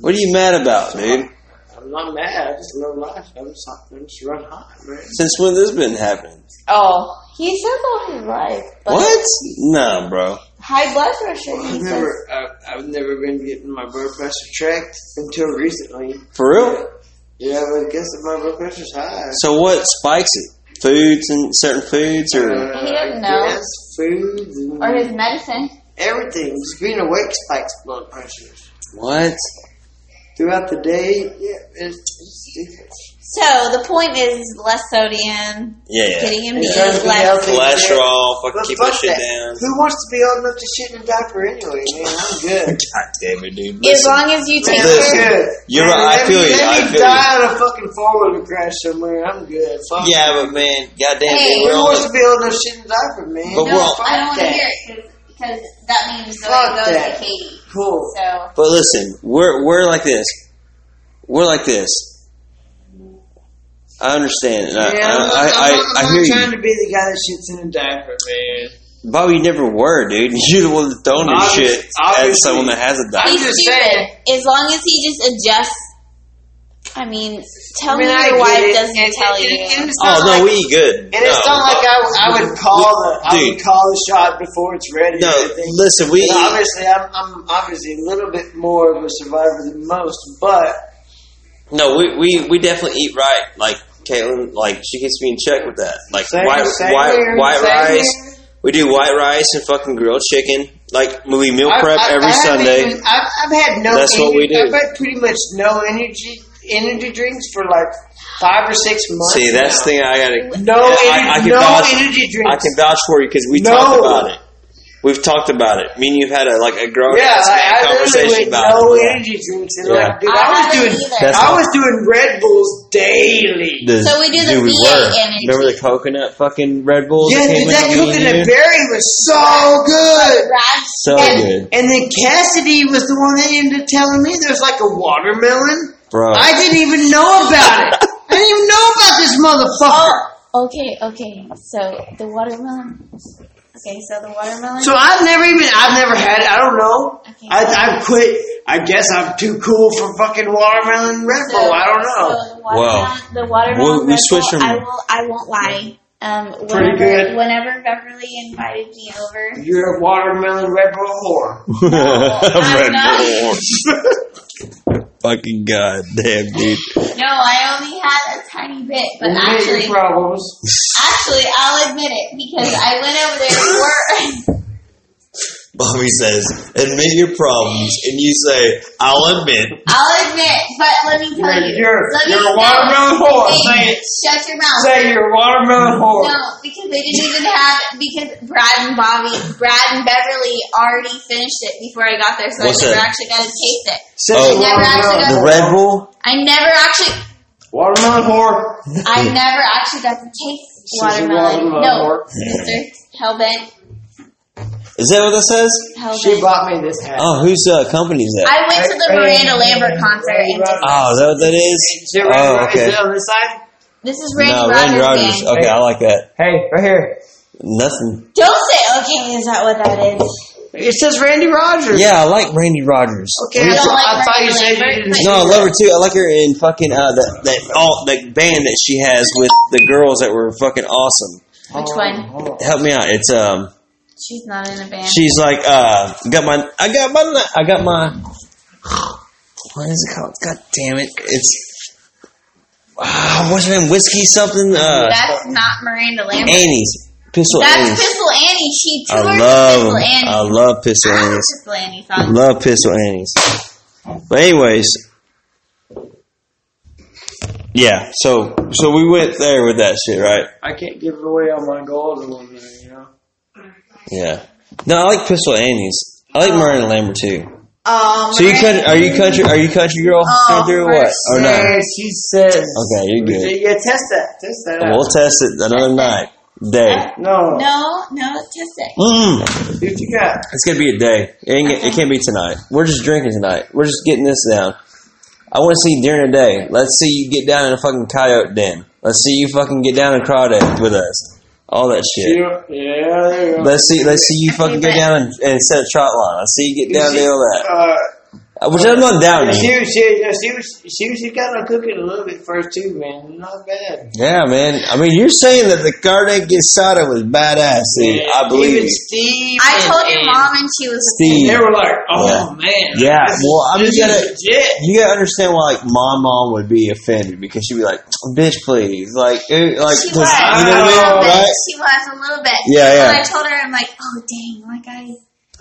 A: What are you mad about, dude?
C: I'm not mad. I just live life. I'm just, hot. I'm just run hot, man.
A: Since when this been happening?
B: Oh, he says all his life. But
A: What? Nah, bro.
B: High blood pressure. He
C: I've
B: says.
C: never, I, I've never been getting my blood pressure checked until recently.
A: For real?
C: Yeah, but I guess that my blood pressure's high.
A: So what spikes it? Foods and certain foods or?
C: Uh,
B: He doesn't
C: I
B: know.
C: guess foods and
B: Or his medicine.
C: everything. Just being awake spikes blood pressure.
A: What?
C: Throughout the day, yeah, it's, it's stupid.
B: So the point is less sodium,
A: Yeah.
B: getting him to
C: And
B: eat
C: trying to be
B: less.
C: healthy.
A: Cholesterol, fucking
C: But
A: keep
C: fuck
A: that shit
C: that.
A: down.
C: Who wants to be old enough to shit in a diaper anyway, man? I'm good.
A: God damn it, dude.
B: As
A: Listen,
B: long as you take
C: Man,
A: Listen.
C: I'm
B: care.
C: good.
A: You're
C: Man,
A: right, I
C: let
A: feel
C: me,
A: you,
C: Let
A: I
C: me
A: feel
C: die in a fucking four-wheeler crash somewhere. I'm good. Fuck
A: yeah, but man, goddamn,
B: Hey,
A: hey,
C: Who
A: we're on
C: wants
A: the,
C: to be old enough to shit in a diaper, man?
A: But
B: No,
A: we're-
B: I don't want to
C: Fuck
B: hear it because that means Zoe
C: Fuck
B: goes
C: that.
B: to Katie.
C: Cool.
B: So
A: But listen, we're we're like this. We're like this. I understand. And I,
C: Yeah, I'm,
A: I, I,
C: I'm,
A: I,
C: not-
A: I
C: I'm
A: hear
C: not trying
A: you.
C: to be the guy that shits in a diaper, man.
A: Bobby, you never were, dude. You're the one that's throwing this
C: Obvious-
A: shit at
C: obviously.
A: someone that has a
C: I'm
A: dog.
B: stupid.
C: just saying.
B: As long as he just adjusts. I mean, tell
C: I mean,
B: me
C: I
B: your
C: get
B: wife
C: it.
B: doesn't
C: And-
B: tell
C: and-
B: you.
C: and it's
A: Oh
C: not
A: no,
C: like-
A: we eat good.
C: And it's
A: No.
C: not like I, I would call the I
A: Dude.
C: would call the shot before it's ready.
A: No,
C: or anything.
A: listen, we
C: And
A: eat
C: obviously I'm, I'm obviously a little bit more of a survivor than most, but
A: No, we, we, we definitely eat right. Like Caitlin, like she gets me in check with that. Like
C: Same-
A: white
C: same
A: white
C: here,
A: white
C: same
A: rice. We do white rice and fucking grilled chicken. Like we meal prep
C: I- I-
A: every
C: I haven't
A: Sunday.
C: even- I've, I've had no.
A: That's what
C: energy-
A: we do.
C: I've had pretty much no energy energy drinks for like five or six months.
A: See, that's the
C: now.
A: thing I gotta.
C: No,
A: I-
C: energy,
A: I can
C: no
A: vouch-
C: energy drinks.
A: I can vouch for you because we
C: No.
A: talked about it. We've talked about it. Me and you've had a like a grown
C: yeah,
A: ass
C: like,
A: man
C: I literally
A: conversation
C: with
A: about
C: no
A: it.
C: energy drinks, and
A: Yeah.
C: like,
B: I
C: dude, I, was
B: haven't
C: doing,
B: either.
A: That's
C: I
A: not-
C: was doing Red Bulls daily.
A: The-
B: So we do the
A: dude,
B: VA
A: were.
B: energy.
A: Remember the coconut fucking Red Bulls? that
C: yeah,
A: came
C: dude,
A: out,
C: that
A: me and you?
C: coconut berry was so good.
B: Raj
A: So
B: and
A: good,
C: And then Cassidy was the one that ended up telling me there's like a watermelon.
A: bro.
C: I didn't even know about it. I didn't even know about this motherfucker.
B: Okay, okay. So the watermelon. Okay, so the watermelon.
C: So I've never even I've never had it. I don't know.
B: Okay.
C: I I've quit. I guess I'm too cool for fucking watermelon Red
B: So-
C: Bull. I don't know.
B: So the watermelon, the watermelon
A: We- we
B: Red
A: switched
B: Bull,
A: from-
B: I will. I won't lie. Um, whenever,
C: Pretty good.
B: Whenever Beverly invited me over,
C: You're a watermelon Red Bull whore.
B: I'm
A: Red
B: not.
A: Bull. Fucking goddamn, dude.
B: no, I only had a tiny bit, but
C: You get your
B: actually,
C: problems.
B: actually, I'll admit it because I went over there for.
A: Bobby says, admit your problems, and you say, I'll admit.
B: I'll admit, but let me tell
C: You're
B: you.
C: you're,
B: let me
C: you're a
B: no,
C: watermelon whore.
B: hey,
C: Say it.
B: Shut your mouth.
C: Say you're a watermelon whore.
B: No, because they didn't even have because Brad and Bobby, Brad and Beverly already finished it before I got there, so
A: What's
B: I never
A: that?
B: actually got to taste it.
C: Say
A: Oh.
C: you're a
B: Never actually
C: watermelon
B: got-
A: The
C: whore.
A: Red Bull?
B: I never actually,
C: Watermelon whore.
B: I never actually got to taste
C: She's a
B: watermelon.
C: watermelon
B: No,
C: whore.
B: sister, hellbent,
A: Is that what that says?
C: She
B: hellbent.
C: bought me this hat.
A: Oh, whose uh, company is that?
B: I went to the Miranda Lambert concert. And just,
A: Oh, is that what that is?
C: Is it right-
A: Oh,
C: is
A: okay.
C: it on this side?
B: this is Randy
A: no,
B: Rogers.
A: Randy Rogers.
B: Gang.
A: Okay, I like that.
C: Hey, right here.
A: Nothing.
B: Don't say okay. Is that what that is?
C: It says Randy Rogers.
A: Yeah, I like Randy Rogers.
C: Okay,
B: I
C: I,
B: don't
C: thought- I
B: like
C: thought you
B: Randy
C: said you
B: Lambert,
C: didn't.
B: but-
A: No, I love her too. I like her in fucking uh, that that all that band that she has with the girls that were fucking awesome.
B: Which one?
A: Help me out. It's um,
B: She's not in a band.
A: She's like, uh, got my, I got my, I got my, what is it called? God damn it. It's, ah, what's her name? Whiskey something? Uh,
B: That's not Miranda Lambert.
A: Annie's. Pistol
B: That's
A: Annie's.
B: Pistol Annie. She toured
A: I
B: with
A: love,
B: Pistol Annie.
A: I love Pistol
B: I love
A: Annie's.
B: Pistol Annie songs.
A: Love Pistol Annie's. But anyways, yeah, so, so we went there with that shit, right?
C: I can't give away all my gold in one minute, you know.
A: Yeah. No, I like Pistol Annie's. I like Miranda Lambert too.
B: Um,
A: So you could, are you country, are you country girl
B: Oh,
A: through or what? Or not?
C: Yeah, she says.
A: Okay, you're good.
C: Yeah, test that. Test that out.
A: We'll test it another night. Day.
C: no.
B: No, no, just it.
A: Mm.
C: Dude, you got.
A: It's gonna be a day. It, ain't, it can't be tonight. We're just drinking tonight. We're just getting this down. I want to see you during the day. Let's see you get down in a fucking coyote den. Let's see you fucking get down in crawdad with us. All that shit.
C: You, yeah, there you go.
A: Let's see. Let's see you fucking go down and, and set a trot line. Let's see you get down there. All that.
C: Uh,
A: Uh, Which I'm not down
C: she,
A: to.
C: was- she, yeah, she, was- she, was- she got on cooking a little bit first too, man. Not bad.
A: Yeah, man. I mean, you're saying that the carne quesada was badass, dude. I believe
C: Even
A: you.
C: Steve.
B: I
C: and-
B: told your
C: and
B: mom, and she was
A: Steve.
C: They were like, oh man.
A: Yeah.
C: this is-
A: Well, I'm just
C: this
A: gonna.
C: is legit.
A: you gotta understand why like my mom would be offended because she'd be like, "Bitch, please," like, it, like,
B: She
A: 'cause-
B: was.
A: you know
B: a
A: what I mean,
B: little bit.
A: right?
B: She was a little bit.
A: Yeah, yeah.
B: When I told her, I'm like, oh dang, like I.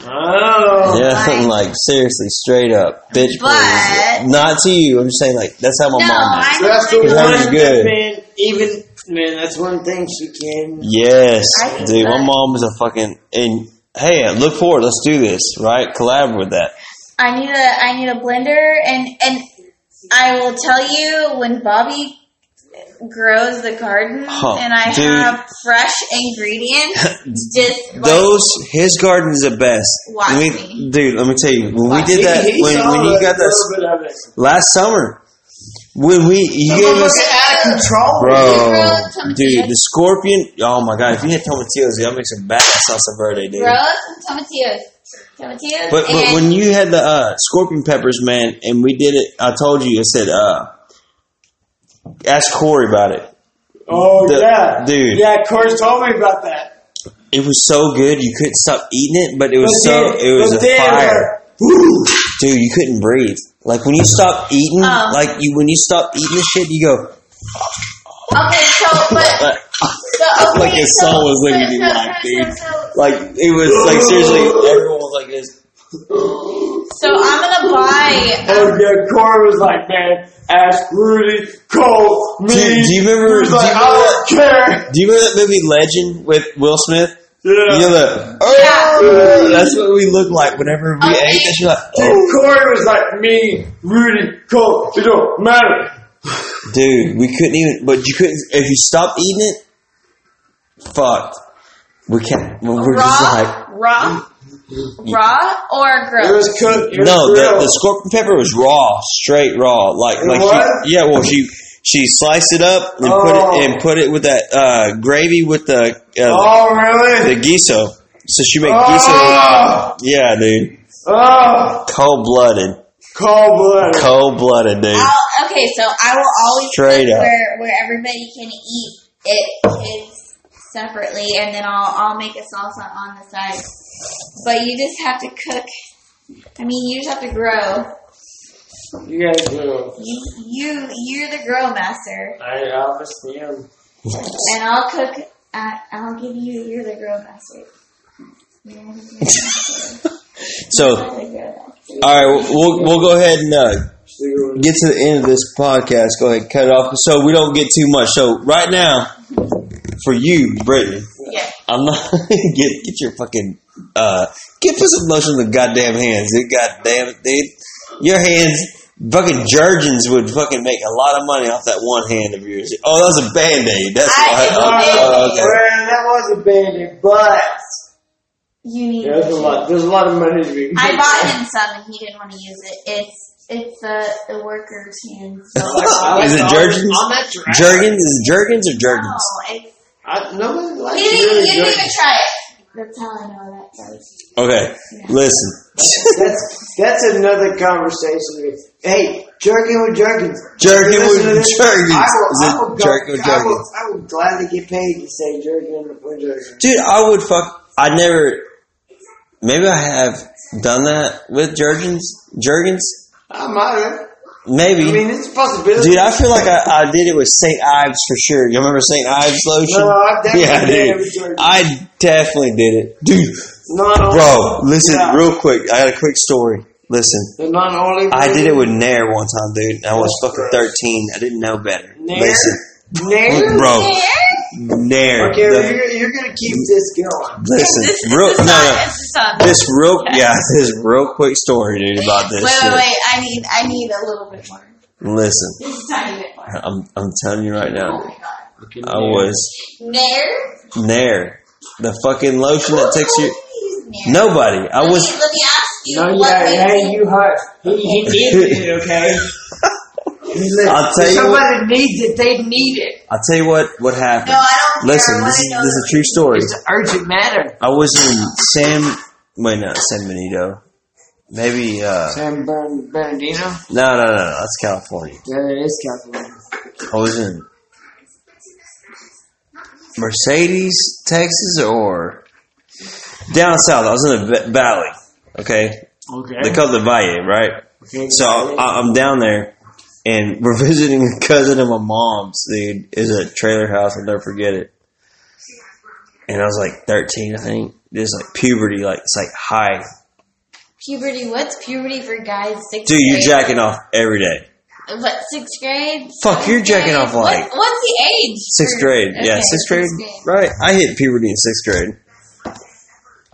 C: Oh.
A: Yeah,
B: Right.
A: like seriously, straight up, bitch,
B: But-
A: please. Not to you. I'm just saying, like, that's how my
B: No,
A: mom. is.
B: I know.
C: That's the
B: I
C: one
B: know.
A: That was good.
C: that man, even man, that's one thing she can.
A: Yes,
B: I think
A: dude, my
B: that-
A: mom was a fucking and. Hey, look forward. Let's do this, right? Collab with that.
B: I need a I need a blender, and and I will tell you when Bobby grows the garden,
A: Huh,
B: and I
A: dude.
B: have fresh ingredients. just like,
A: Those his garden is the best.
B: Watch
A: Let
B: me.
A: dude. Let me tell you, when we
B: Watch
A: did that,
C: He- he
A: when
C: saw
A: when
C: a
A: you got that
C: little bit of it.
A: last summer, when we you gave us
C: Motherfucker not control.
B: Bro,
A: Bro,
B: come
A: dude,
B: here.
A: the sscorpion. Oh my god, if you had tomatillos, y'all make some bad salsa verde, dude.
B: Rose and tomatillos. Tomatillos
A: But but
B: and
A: when you had the uh, scorpion peppers, man, and we did it, I told you, I said, uh, ask Corey about it.
C: Oh
A: The-
C: yeah,
A: dude.
C: Yeah, Corey told me about that.
A: It was so good, you couldn't stop eating it, but it was
C: But
A: so
C: then-
A: it was
C: but
A: a
C: then, uh,
A: fire,
C: like,
A: dude. You couldn't breathe. Like when you stop eating,
C: Uh.
B: Oh.
A: like you when you stop eating the shit, you go.
B: okay, so but
A: "Uh,
B: so, okay,
A: Like his
B: so,
A: soul was looking at
B: so,
A: you
B: so,
A: like,
B: so,
A: dude. Like
B: So, so,
A: it was like seriously, everyone was like this.
B: so I'm gonna buy.
C: Oh yeah, Corey was like, man, ask Rudy, Cole, me.
A: Do, do you
C: He
A: remember?
C: was
A: Do
C: like,
A: you,
C: I don't care.
A: do you remember that movie Legend with Will Smith?
C: Yeah.
A: You're like, oh, that's what we look like whenever we
B: Okay.
A: ate that. You're like,
C: Dude,
A: oh,
C: Corey was like, me, Rudy, Cole, it don't matter.
A: dude, we couldn't even. But you couldn't if you stopped eating it. Fuck, we can't. We're just
B: raw,
A: like.
B: raw, raw or
C: It
B: grilled?
C: was cooked. It was
A: No, the,
C: grilled.
A: the scorpion pepper was raw, straight raw. Like
C: It
A: like
C: was?
A: she, yeah, well she she sliced it up and put
C: Oh.
A: it and put it with that uh, gravy with the uh,
C: Oh really?
A: the giso. So she made giso.
C: oh,
A: Yeah, dude,
C: oh,
A: cold blooded,
C: cold blooded.
A: cold blooded, dude.
B: I'll, Oh, okay, so I will always
A: Straight
B: cook
A: up.
B: where where everybody can eat it is separately, and then I'll I'll make a salsa on the side. But you just have to cook. I mean, you just have to grow.
C: You guys do.
B: You you you're the grill master,
C: I obviously am.
B: and I'll cook. Uh, I'll give you. You're the grill master. You're the grill master.
A: So Oh.
B: You're the grill master.
A: all right, we'll we'll go ahead and uh,
C: You're
A: get to the end of this podcast. Go ahead, cut it off, so we don't get too much. So right now, for you, Brittany.
B: Yeah.
A: I'm not get get your fucking uh get put some lotion in the goddamn hands, dude. Goddamn it, dude. Your hands fucking Jurgens would fucking make a lot of money off that one hand of yours. Oh, that was a band aid. That's
B: I-
A: why-
B: Oh,
A: oh,
B: Band-Aid.
A: okay.
C: Well, that was a bandit, but
B: You need.
C: there's a lot. There's a lot of money to be made.
B: I bought him some, and he didn't want to use it. It's it's the the worker tune. So
A: Is it Jergens?
C: On that track.
A: Jurgens is it Jurgens or
B: no,
A: Jurgens?
B: it's,
C: I, nobody
B: Oh, you
C: likes
B: didn't,
C: really
B: you didn't even
C: Jergens.
B: try it. That's how I know that. Guys.
A: Okay, listen.
C: That's that's another conversation. Hey, jerking with jerkins.
A: Jerking
C: Listen to
A: with
C: this.
A: Jergens.
C: I will,
A: Is it
C: I will go,
A: jerking with
C: I will,
A: Jergens?
C: I will gladly get paid to say jerking with jerkins.
A: Dude, I would fuck I never maybe I have done that with Jurgens Jurgens?
C: I might have.
A: Maybe.
C: I mean, it's a possibility.
A: Dude, I feel like I, I did it with St. Ives for sure. You remember St. Ives lotion?
C: no, I definitely
A: yeah,
C: did it
A: dude.
C: with Jergens.
A: I definitely did it. Dude,
C: Not only-
A: bro, listen
C: Yeah.
A: real quick. I got a quick story. Listen,
C: The not only
A: I did it with Nair one time, dude. and I was fucking 13. I didn't know better.
C: Nair?
A: Listen,
C: Nair?
A: bro,
B: Here?
A: Nair.
C: Okay,
A: the-
C: you're, you're gonna keep this going.
A: listen,
B: This is
A: real,
B: the
A: no,
B: song.
A: no.
B: It's the song.
A: This real, yeah, this real quick story, dude, about this
B: wait,
A: shit.
B: wait, wait. I need I need a little bit more.
A: Listen,
B: Just a tiny bit more.
A: I'm, I'm telling you right
B: Oh
A: now,
B: my god.
A: I was
B: Nair?
A: Nair. The fucking lotion that takes your.
B: Nair?
A: Nobody. I
B: Let me-
A: was.
B: Let me ask you.
C: No,
B: what
C: yeah,
B: makes
C: hey, you hush. He, he needs it, okay?
A: I'll tell
C: If
A: you. What,
C: somebody needs it, they need it.
A: I'll tell you what. What
B: No,
A: happened?
B: I don't care. I
A: Listen,
B: wanna
A: this is
B: know
A: this is a
B: the
A: true story.
C: It's an urgent matter.
A: I was in San. Wait, not San Benito. Maybe. uh
C: San Bern- Bernardino?
A: No, no, no. no, That's California.
C: Yeah, it is California.
A: I was in Mercedes, Texas, or down south. I was in the v- valley. Okay,
C: Okay.
A: they call it the Valle, right?
C: okay.
A: So I, I'm down there, and we're visiting a cousin of my mom's. Dude, is a trailer house. I'll never forget it. And I was like 13, I think. This like puberty, like it's like high.
B: Puberty. What's puberty for guys? Sixth
A: Dude, you're
B: grade?
A: jacking off every day.
B: What sixth grade?
A: Fuck, you're
B: Seventh
A: jacking
B: grade?
A: off like-
B: What, what's the age?
A: Sixth
B: for-
A: grade, yeah,
B: okay,
A: sixth grade, right? I hit puberty in sixth grade.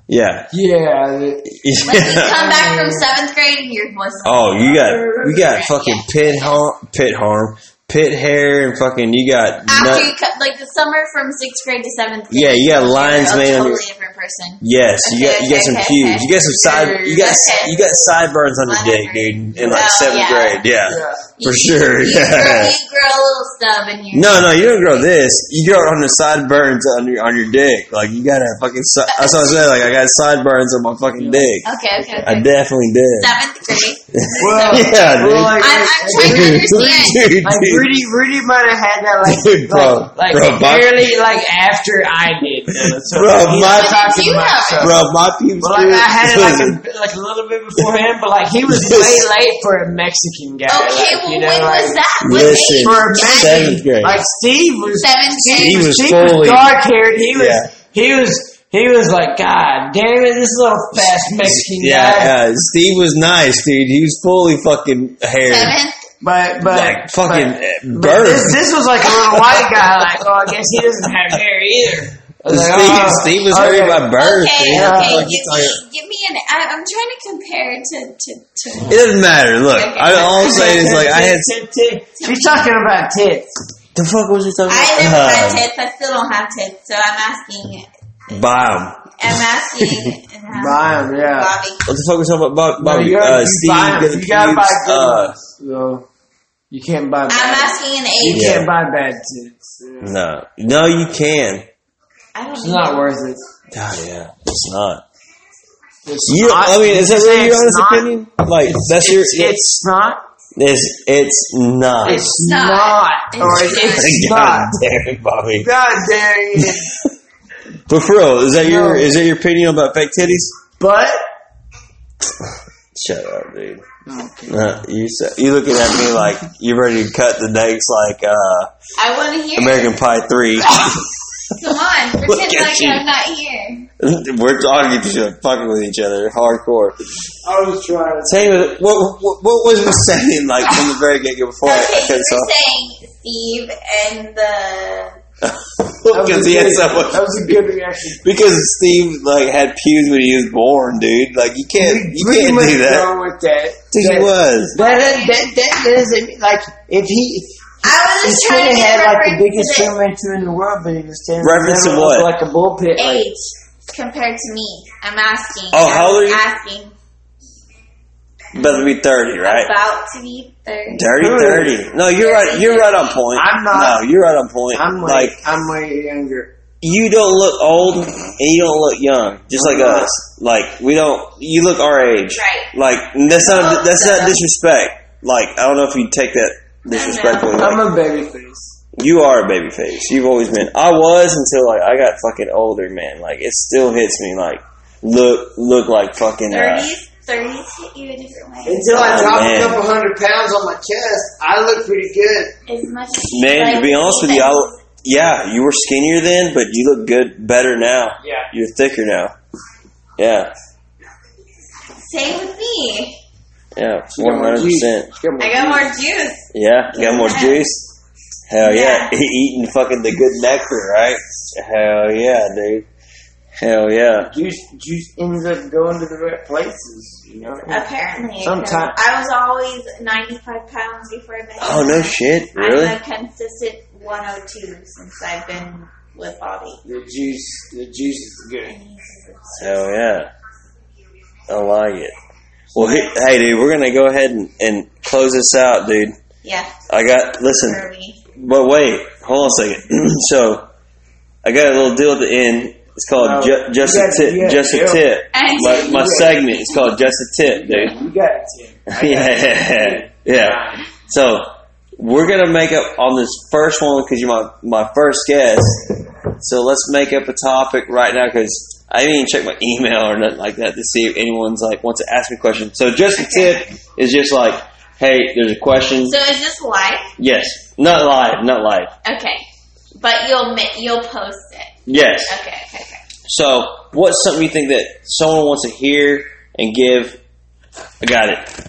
A: Yeah,
C: Yeah, the-
B: Like you
A: yeah.
B: come back from seventh grade and your voice.
A: Oh, you got you got fucking pit harm, pit harm, pit hair and fucking you got
B: After
A: nut-
B: you cut, like the summer from sixth grade to seventh grade.
A: Yeah, you got lines
B: you're a
A: made on
B: totally
A: your-
B: different person.
A: yes, you got you got
B: Okay,
A: some
B: okay,
A: pubes,
B: okay.
A: you got some side, you got
B: Okay.
A: you got sideburns on your dick,
B: Sideburns.
A: dude, in like
B: Oh,
A: seventh
B: yeah.
A: grade, yeah,
B: You-
A: for sure,
B: You, grow,
A: yeah.
B: you grow a little stub in your.
A: No, no, you don't grow this. You grow it on the sideburns on your on your dick. Like you got a fucking. Si- that's what I said. Like I got sideburns on my fucking dick.
B: Okay, okay,
A: I
B: okay.
A: definitely did.
B: Seventh grade.
C: Well,
A: Yeah,
C: well,
A: dude.
C: like,
B: I'm, I'm trying to understand.
A: Dude,
C: like
A: dude.
C: Rudy, Rudy might have had that like,
A: Dude, bro,
C: like, like
A: bro, my-
C: barely like after I did. So
A: Bro,
C: he's
A: my-
C: talking
B: You
C: about
B: have it.
C: stuff.
A: Bro, my pubes.
C: But like
A: dude,
C: I had it like
A: listen,
C: a, like a little bit beforehand, but like he was way late for a Mexican guy.
B: Okay,
C: like,
B: well,
C: you know,
B: when
C: like,
B: was that? What
A: Listen,
B: age?
C: for a
A: seventh grade.
C: Mexican, like Steve was
B: Seventh
C: Steve
A: He
B: grade.
A: was
C: Steve
A: fully-
C: was dark haired. He was
A: Yeah.
C: he was he was like God damn it, this little fast Mexican guy.
A: yeah, yeah, Steve was nice, dude. He was fully fucking haired,
B: Seventh.
C: But but
A: like fucking
C: but-
A: uh,
C: But
A: bird.
C: this, this was like a little white guy. Like, oh, I guess he doesn't have hair either. I was
A: Steve,
C: like, oh,
A: Steve was
C: okay.
A: haired by birds.
B: Okay,
A: dude.
B: okay.
A: What the fuck you
B: Give me,
A: talking-
B: give me an. I, I'm trying to compare it to to. to
A: It doesn't matter. Look, I, all I'm saying is like I had.
C: Tit, tit, tit. You're talking about tits.
A: The fuck was he talking
B: I never
A: about?
B: had tits. I still don't have tits, so I'm asking.
A: Uh, Bob.
B: I'm asking. and I'm-
C: Bam, yeah.
B: Bobby.
A: What the fuck was talking about? Bob,
C: No,
A: Bobby.
C: you
A: uh,
C: gotta- you
A: Steve.
C: buy 'em.
A: got the
C: You gotta buy
A: pubes,
C: good
A: uh,
C: So you can't buy.
B: I'm
C: Bad.
B: asking an
C: You
B: age.
A: Yeah.
C: can't buy bad tits. Yeah.
A: No, no, you can.
B: I don't
C: It's
B: know.
C: not worth it.
A: God, yeah, it's not.
C: It's
A: You,
C: not-
A: I mean, is that really your
C: it's
A: honest
C: not-
A: opinion? Like, that's your.
C: It's, it's not.
A: It's it's not.
C: It's
B: not.
C: not. Or
B: It's
C: it's
A: God
C: not.
A: damn it, Bobby.
C: God dang it.
A: But for real, is that your
C: No.
A: is that your opinion about fake titties?
C: But
A: Shut up, dude. Uh, you sa- you looking at me like you're ready to cut the next like uh,
B: I want to hear.
A: American Pie three.
B: Come on,
A: Look
B: pretend
A: at
B: like
A: you.
B: I'm not here.
A: We're talking to each other, fucking with each other, hardcore.
C: I was trying to.
A: Saying what, what, what was we saying like from the very get go before I, I
B: okay,
A: cut
B: you
A: us
B: were
A: off?
B: saying Steve and the.
C: that was
A: Because
C: a
A: he had
C: good-
A: so
C: That
A: much.
C: was a good reaction.
A: Because Steve like had pubes when he was born, dude. Like you can't you
C: Pretty
A: can't
C: much
A: do that.
C: done with that.
A: Dude, he
C: That-
A: was.
C: That, that, that, that isn't like if he
B: I was
C: he
B: just
C: should
B: trying
C: have
B: to
C: had
B: get
C: like the
B: reference
C: biggest
B: to
C: swimmer in the world, but he was standing
A: Reference to
C: there
A: what?
C: like a
B: the
C: bullpit. Like,
B: age compared to me. I'm asking.
A: Oh, how
B: I'm
A: old are you?
B: Asking
A: About to be thirty, right?
B: about to be thirty.
A: Dirty, dirty. No, you're right. You're right on point.
C: I'm not.
A: No, you're right on point.
C: I'm way,
A: like
C: I'm way younger.
A: you don't look old and you don't look young, just like
C: I'm not.
A: us. Like we don't. You look our age.
B: Right.
A: Like and that's not. That's
B: Yeah.
A: not disrespect. Like I don't know if you take that disrespectfully.
C: I'm a baby face.
A: You are a baby face. You've always been. I was until like I got fucking older, man. Like it still hits me. Like look, look like fucking. Uh,
B: Thirties, thirties hit you a different way.
C: Until I
A: Oh,
C: dropped
A: man.
C: a couple hundred pounds on my chest, I look pretty good.
B: As much as you
A: man, to
B: like
A: be honest with you, I, yeah, you were skinnier then, but you look good, better now.
C: Yeah.
A: You're thicker now. Yeah,
B: Same with me.
A: yeah, one hundred percent.
B: I got more juice.
A: Yeah, got more
B: Yeah.
A: juice. Hell yeah,
B: Yeah.
A: eating fucking the good nectar, right? Hell yeah, dude. Hell yeah.
C: juice. Juice ends up going to the right places. You know.
B: Apparently,
C: Sometime-
B: I was always ninety-five pounds before I met.
A: Oh
B: him.
A: no shit, really?
B: I'm a consistent 102 since I've been with Bobby.
C: The juice. The juice is good.
A: Hell yeah. I like it. Well, he, hey, dude, we're going to go ahead and, and close this out, dude.
B: Yeah,
A: I got, listen,
B: early.
A: but wait, hold on a second. so, I got a little deal at the end. It's called
C: No.
A: Ju- Just
C: You
A: a
C: got- you
A: Tip.
C: got
A: Just a
C: deal.
A: Tip.
B: And
A: My, my segment is called Just a Tip, dude.
C: You got it. Tim. I got
A: yeah,
C: it.
A: yeah. So we're gonna make up on this first one because you're my my first guest. So let's make up a topic right now because I didn't even check my email or nothing like that to see if anyone's like wants to ask me questions. So just a tip is just like, hey, there's a question.
B: so is this live?
A: Yes, not live, not live.
B: Okay, but you'll mi- you'll post it.
A: Yes.
B: Okay, okay, okay.
A: So what's something you think that someone wants to hear and give? I got it.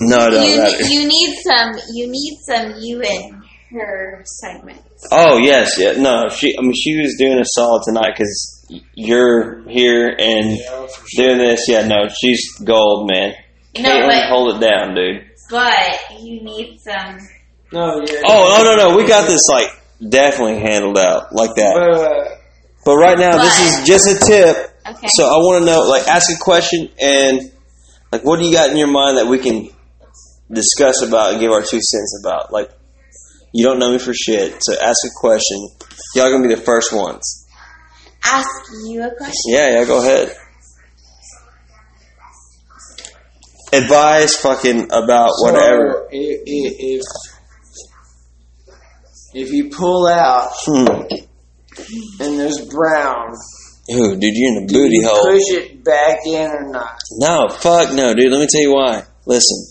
A: No, I don't.
B: you,
A: got it.
B: ne- you need some you need some you and her segments.
A: Oh yes, yeah. No, she. I mean, she was doing us all tonight because you're here and
C: Yeah, for sure.
A: doing this. Yeah, no, she's gold, man.
B: No,
A: Caitlin,
B: but
A: hold it down, dude.
B: but you need some.
C: No, yeah.
A: Oh no no no, we got this like definitely handled out like that.
C: But, uh,
A: But right now, this is just a tip.
B: Okay.
A: So I want to know, like, ask a question and like, what do you got in your mind that we can discuss about and give our two cents about? Like, you don't know me for shit, so ask a question. Y'all gonna be the first ones.
B: ask you a question.
A: Yeah, yeah, go ahead. Advice, fucking about whatever.
C: So if, if, if you pull out
A: Hmm.
C: and there's brown,
A: Ooh, dude, you're in the
C: do
A: booty
C: you
A: hole.
C: push it back in or not?
A: No, fuck no, dude. Let me tell you why. Listen,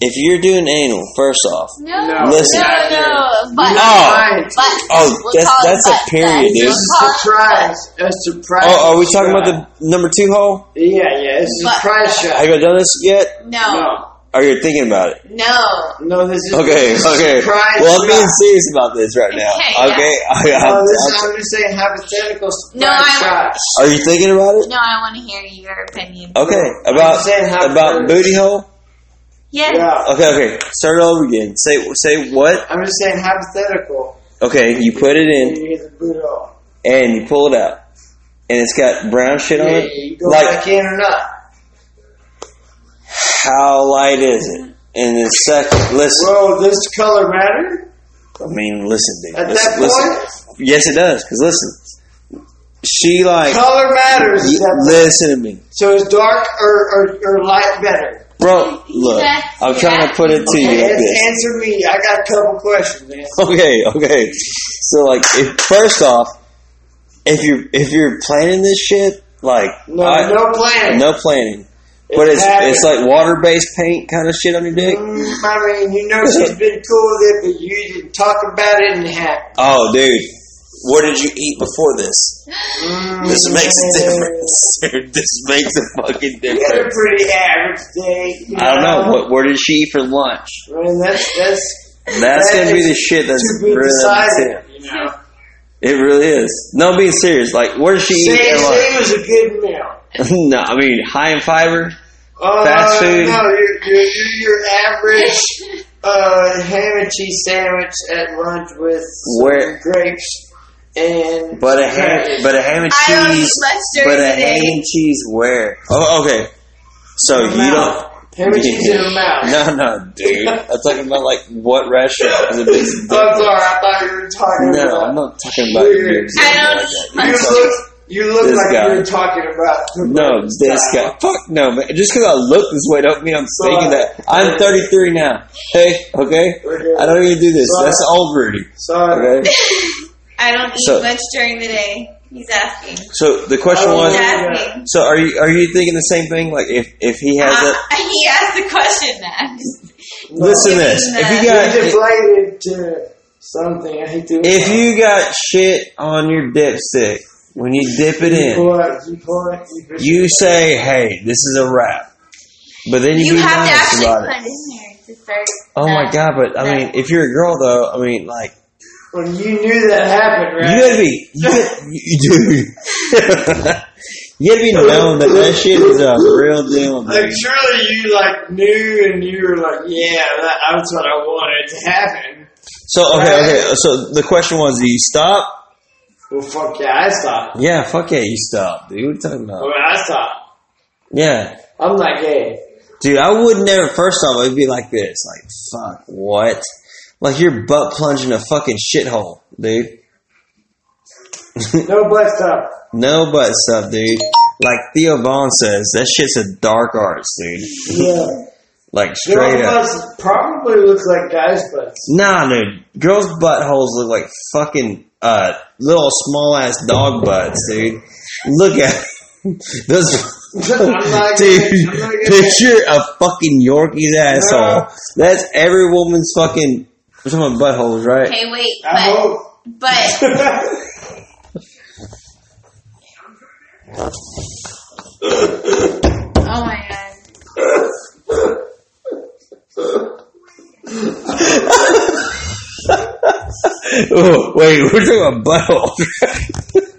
A: if you're doing anal, first off,
B: No,
C: No,
A: Listen.
B: no, no, but,
A: Oh.
B: but
A: Oh,
B: we'll
A: that's-
B: call it
A: that's a
B: butt
A: period,
B: sex.
A: dude.
B: We'll call it butt.
C: Surprise! A surprise!
A: oh, are we talking
C: shot.
A: about the number two hole?
C: the? Yeah, yeah. It's a
B: But-
C: surprise shot.
A: Have you done this yet?
B: No,
C: No,
A: Are you thinking about it?
B: no.
C: no. This is
A: Okay,
C: this is a
A: okay.
C: Surprise
A: Well, I'm
C: shot.
A: being serious about this right now.
B: Okay, yeah.
A: Okay, I, I'm,
C: No, this is,
A: I'm-
C: I'm just saying hypothetical surprise
B: No, I'm-
C: shot.
A: are you thinking about it?
B: No, I want to hear your opinion.
A: Okay,
C: I'm
A: about
C: saying how
A: about
C: first.
A: booty hole.
B: Yes.
C: Yeah,
A: Okay, okay. Start over again. Say say what?
C: I'm just saying hypothetical.
A: Okay, you put it
C: You
A: in
C: get the boot off.
A: and you pull it out, and it's got brown shit on
C: Yeah,
A: it.
C: you go
A: Like-
C: back in or not?
A: How light is it? And then second, listen.
C: Well, this color matter
A: I mean, listen, dude.
C: at
A: listen,
C: that
A: listen.
C: point.
A: Yes, it does. Because listen, she like
C: Color matters. at
A: y-
C: that point.
A: listen to me,
C: So is dark or, or, or light better?
A: bro. Look, I'm trying to put it to you
C: Okay,
A: like
C: let's
A: this.
C: answer me. I got a couple questions, man.
A: Okay, okay. So like, if, first off, if you're if you're planning this shit, like
C: No,
A: I-
C: no plan.
A: no planning, but it's
C: happened.
A: it's like water based paint kind of shit on your dick.
B: Mm-hmm.
C: Mm, I mean, you know she's been cool with it, but you didn't talk about it and it happened.
A: Oh, dude, what did you eat before this?
C: Mm,
A: This makes a difference. this makes a fucking
C: You had a
A: difference.
C: pretty average day. you
A: I don't know what. What did she eat for lunch?
C: I mean, that's that's
A: That's
C: That
A: gonna be
C: is
A: the shit. That's
C: to be
A: really
C: decided. You know,
A: It really is. No, I'm being serious. Like, what does she
C: say,
A: eat? at
C: say
A: lunch?
C: it was a good meal.
A: no, I mean high in fiber.
C: Uh,
A: Fast food.
C: No, you're, you're, you're your average uh, ham and cheese sandwich at lunch with some
A: Where-
C: grapes and
A: But a ham, but a ham and
B: I don't eat
A: cheese. But
B: much during
A: a
B: the
A: ham
B: day.
A: and cheese where? Oh, okay. So
C: Her
A: you
C: mouth.
A: don't.
C: ham and cheese in her
A: No,
C: mouth.
A: no, dude. I'm talking about like what restaurant is a big
C: Oh, I'm sorry, I thought you were talking
A: No, I'm
C: about.
A: not talking about
C: Weird.
A: your
B: I don't eat
A: I'm
C: You
A: sorry.
C: look, you look
A: This
C: like
A: guy.
C: you were talking about.
A: No, this guy. Fuck no, man. Just because I look this way don't mean I'm thinking that. I'm 33 now. Hey, okay? I don't even do this. That's old Rudy.
C: Sorry.
A: Okay?
B: I don't eat
A: So-
B: much during the day. He's asking.
A: So the question was,
B: He's asking.
A: so are you are you thinking the same thing? Like if if he has
B: Uh,
A: that,
B: he asked the question next.
A: listen to this. If you got
C: you deflated to something. I hate to.
A: if you got shit on your dipstick when you dip it
C: you
A: in,
C: pull it, you pull it, you push
A: you say, "Hey, this is a wrap," but then you,
B: You
A: be
B: have to
A: nice
B: actually
A: about
B: put
A: it.
B: it in there to start.
A: Oh my
B: uh,
A: god! But I mean, if you're a girl though, I mean, like.
C: When you knew that happened, right?
A: You gotta be, you gotta, you, dude. you gotta be known that that shit is a real deal,
C: Like
A: man.
C: surely you like knew and you were like, yeah, that, that's what I wanted to happen.
A: So okay, okay. So the question was, do you stop?
C: Well, fuck yeah, I stopped.
A: Yeah, fuck yeah, you stop, dude. What are you talking about?
C: Well, I stopped.
A: Yeah,
C: I'm not gay.
A: dude. I would never. First off, it'd be like this. Like, fuck, what? Like you're butt plunging a fucking shithole, dude.
C: No butt stuff.
A: No butt stuff, dude. Like Theo Vaughn says, that shit's a dark arts, dude.
C: Yeah,
A: Like straight
C: girl
A: up.
C: butts probably look like guys' butts.
A: Nah, dude. Girls' buttholes look like fucking uh, little small ass dog butts, dude. Look at those.
C: I'm not gay.
A: Dude,
C: I'm not gay.
A: picture a fucking Yorkie's asshole. That's every woman's fucking. We're talking about buttholes, right?
B: Okay, wait,
C: I
B: but
C: hope.
B: but oh my god.
A: Oh, wait, we're talking about buttholes.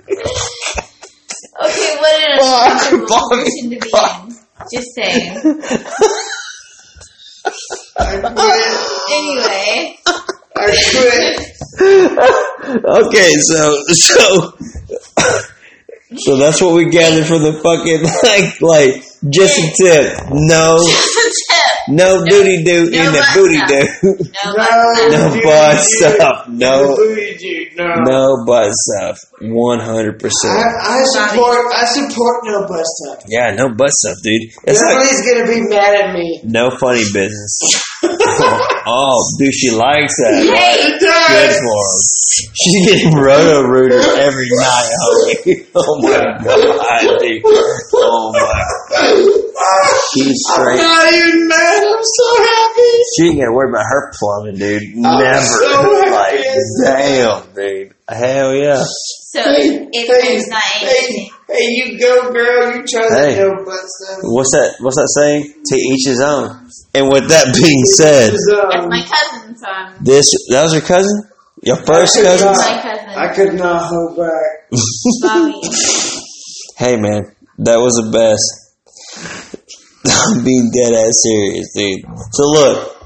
B: Okay, what an
A: Fuck,
B: uncomfortable
A: Bobby,
B: position to be in. Just saying. anyway,
C: I quit.
A: okay, so so so that's what we gathered from the fucking like like just a tip. No, no duty do in
B: No
A: the
B: butt
A: booty
B: stuff.
A: do.
B: no,
C: No.
A: No
C: Duty
A: butt
C: do.
A: stuff. No,
C: Luigi, no.
A: no butt stuff. One hundred
C: I,
A: percent.
C: I support. I support no bust up.
A: Yeah, no butt stuff, dude. It's like
C: Nobody's gonna be mad at me.
A: no funny business. oh, dude, she likes that. good
C: It does.
A: for him. She's getting roto rooted every night, homie. Oh my god, dude. Oh my. She's
C: I'm
A: straight.
C: not even mad. I'm so happy.
A: She ain't gotta worry about her plumbing, dude.
C: I'm
A: Never.
C: so
A: like,
C: happy.
A: damn, dude. Hell yeah.
B: so
C: Hey,
B: it,
C: hey,
B: there's not anything.
C: Hey, hey, you go, girl. You try
A: Hey.
C: that no bust up.
A: What's that? What's that saying? To each his own. And with that being said,
C: um,
B: That's
A: Um,
B: my cousin, so I'm
A: this that was your cousin, your first cousin.
B: my cousin.
C: I could not hold back.
B: Bobby.
A: Hey man, that was the best. I'm being dead ass serious, dude. So look,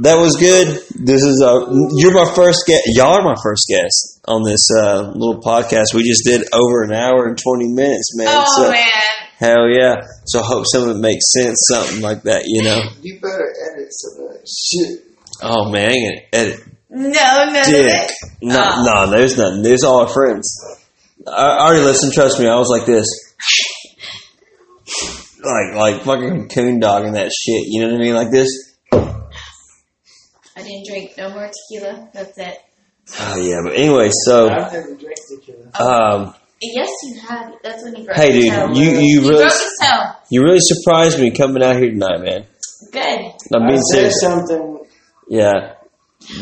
A: that was good. This is uh, you're my first guest. Y'all are my first guest on this uh, little podcast. We just did over an hour and twenty minutes, man.
B: Oh
A: so,
B: man,
A: Hell yeah! So I hope some of it makes sense, something like that, you know.
C: You better edit some of that shit.
A: Oh man, I ain't gonna edit
B: no, no,
A: dick. No,
C: Ah.
A: no,
B: Oh.
A: there's nothing. There's all our friends. I, I already listened. Trust me, I was like this, like like fucking coon dog and that shit. You know what I mean? Like this.
B: I didn't drink no more tequila. That's it.
A: Oh yeah, but anyway, so
C: I've never drank tequila.
A: um,
B: Yes, you have. That's when you broke.
A: hey
B: your
A: dude,
B: toe.
A: you you
B: You
A: really
B: broke his toe.
A: you really surprised me coming out here tonight, man.
B: Good.
A: I'm
C: I
A: being
C: said
A: serious.
C: something.
A: Yeah,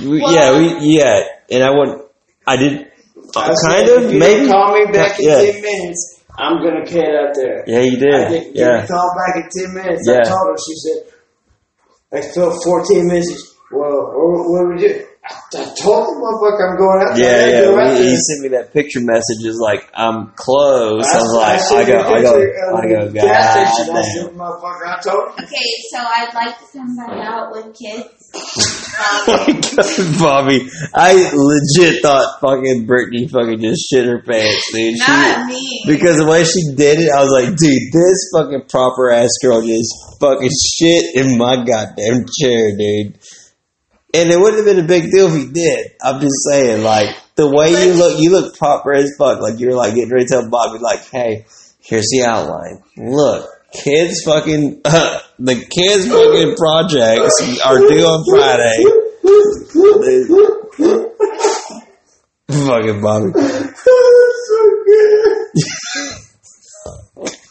A: we,
B: Well-
A: yeah, we, yeah, and I want I did
C: I
A: uh,
C: said,
A: kind
C: if
A: of
C: you
A: maybe.
C: Don't call me back in
A: Yeah.
C: ten minutes. I'm gonna get out there.
A: Yeah, you
C: I
A: did.
C: didn't
A: Yeah,
C: get a call back in ten minutes.
A: Yeah.
C: I told her. She said, "I felt fourteen minutes." She- Well, what, what do we do? I, I told the motherfucker I'm going out.
A: yeah,
C: there. I
A: yeah.
C: go out
A: When he
C: there.
A: sent me that picture message. Is like I'm close. I, was
C: I-
A: like,
C: seen
A: I go,
C: the
A: I go,
C: picture uh, of
A: I go,
C: the gas station. I
A: God
C: said,
A: damn.
C: motherfucker, I told her.
B: Okay, so I'd like to come back out with kids.
A: Oh My
B: Um,
A: God, Bobby, I legit thought fucking Brittany fucking just shit her pants, dude. She-
B: not me.
A: Because the way she did it, I was like, dude, this fucking proper ass girl just fucking shit in my goddamn chair, dude. And it wouldn't have been a big deal if you did. I'm just saying, like, the way you look, you look proper as fuck. Like, you're like getting ready to tell Bobby, like, hey, here's the outline. Look, kids fucking, the kids fucking projects are due on Friday. fucking Bobby.
C: That's so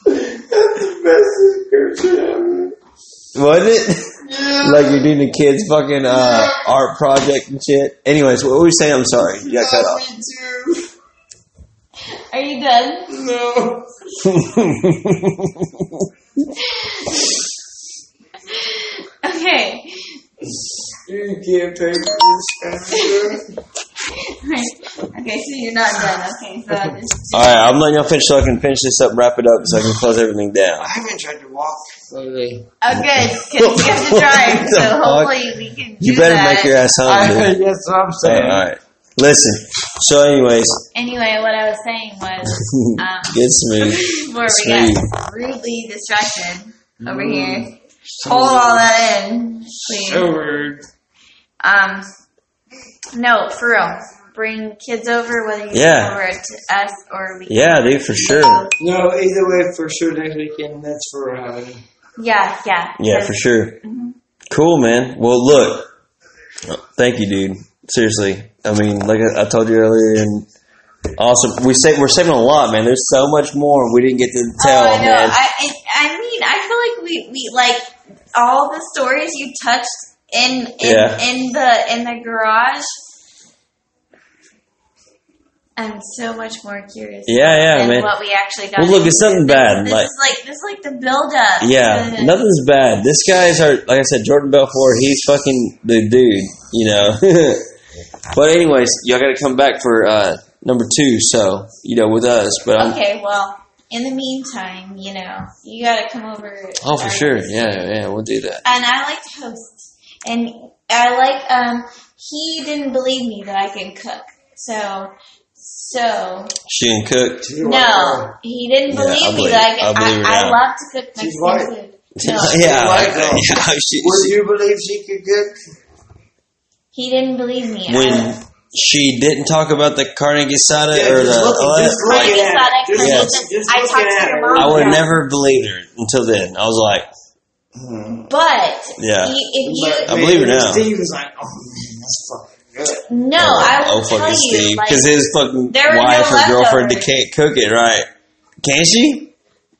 C: good. That's the best description ever.
A: Wasn't it? like you're doing the kids fucking uh, art project and shit. Anyways, what were we saying? I'm sorry, you got cut
C: Love
A: off.
C: me too.
B: Are you done?
C: No.
B: Okay.
C: You can't pay for this kind of
B: okay, so you're not done. Okay, so I just
A: All right, I'm letting y'all finish so I can finish this up, wrap it up, so I can close everything down.
C: I haven't tried to walk lately.
B: oh good because you have to drive, so hopefully we can. Do
A: You better
B: that.
A: make your ass home, dude.
C: I, that's what I'm
A: All
C: saying.
A: right, all right. listen. So, anyways,
B: Anyway, what I was saying was Um.
A: get smooth.
B: where we
A: Sweet.
B: got rudely distracted over here. Hold all that in,
C: So
B: please.
C: rude.
B: Um, no, for real. Bring kids over, whether you
A: Yeah.
B: come over to us or we.
A: Yeah, dude, for sure.
C: No, either way, for sure next weekend, that's for uh, Halloween.
B: Yeah, yeah. mm-hmm.
A: Yeah, for sure. Cool, man. Well, look. Thank you, dude. Seriously, I mean, like I, I told you earlier, and awesome. We say we're saving a lot, man. There's so much more we didn't get to
B: Oh,
A: tell,
B: I know.
A: man.
B: I, I, I mean, I feel like we, we like all the stories you touched in in,
A: Yeah.
B: in the in the garage. I'm so much more curious.
A: yeah, yeah,
B: than
A: man.
B: what we actually got.
A: Well, look, it's nothing bad.
B: This
A: Like,
B: is like this is like the build up.
A: yeah, nothing's bad. This guy's our, like I said, Jordan Belfort. He's fucking the dude, you know. but anyways, y'all got to come back for uh, number two. So you know, with us, but I'm,
B: Okay, well, in the meantime, you know, you gotta come over.
A: oh for
B: uh,
A: sure, yeah, yeah, we'll do that.
B: And I like to host. And I like um he didn't believe me that I can cook. So so
A: She didn't cook.
B: no, he didn't
A: Yeah,
B: believe
A: I
B: me
A: believe-
B: that I
A: I
B: can
A: believe
B: I, I
A: her now.
B: love to cook
C: She's
B: Mexican food. No,
A: yeah,
C: Like, uh,
A: yeah, she-
C: Would you believe she could cook?
B: he didn't believe me.
A: when she didn't talk about the carne asada
C: Yeah,
A: or
C: just
A: the
C: look-
A: all that,
C: just look
B: I,
C: at
B: thought I
C: her. Just
B: could.
A: Yes.
B: Just-
C: just
B: I
C: look
B: talked to
C: at
B: her
C: her.
B: mom.
A: I would
B: about it.
A: never believed her until then. I was like,
B: Mm-hmm. But
A: Yeah.
B: you, if you
A: I believe her now.
C: Steve was like, oh man, that's fucking good.
B: no, I will
A: oh fucking
B: tell you
A: Steve,
B: like
A: because his fucking
B: there were no
A: wife or girlfriend that
B: leftovers.
A: can't cook it right. Can she?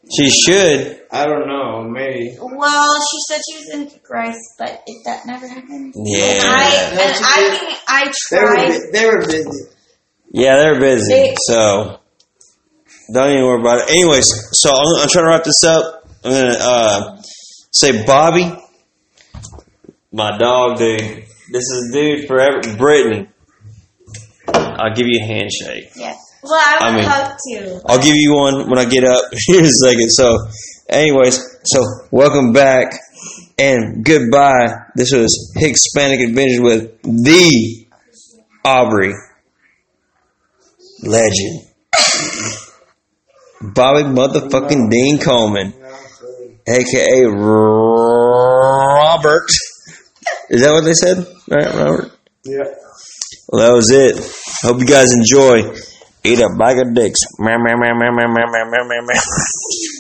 A: She should.
C: I don't know, maybe.
B: Well, she said she was in Rice, but if that never happened,
A: Yeah.
B: I
C: Yeah,
B: and
C: she
B: I
C: did.
B: can, I
C: They were,
B: tried.
C: bu- they were busy.
A: Yeah, they're busy,
B: They-
A: so don't even worry about it. Anyways, so I'm, I'm trying to wrap this up. I'm gonna uh, say Bobby, my dog, dude. This is a dude forever. Brittany, I'll give you a handshake.
B: Yeah. Well, I
A: I
B: would
A: mean-
B: hug too.
A: I'll give you one when I get up in a second. So, anyways, so welcome back and goodbye. This was Hispanic Adventures with the Aubrey legend, Bobby motherfucking Dean Coleman, aka Robert. Is that what they said? Right, Robert.
C: Yeah.
A: Well, that was it. Hope you guys enjoy. Eat a bag of dicks. Meow, meow, meow, meow, meow, meow, meow, meow, meow.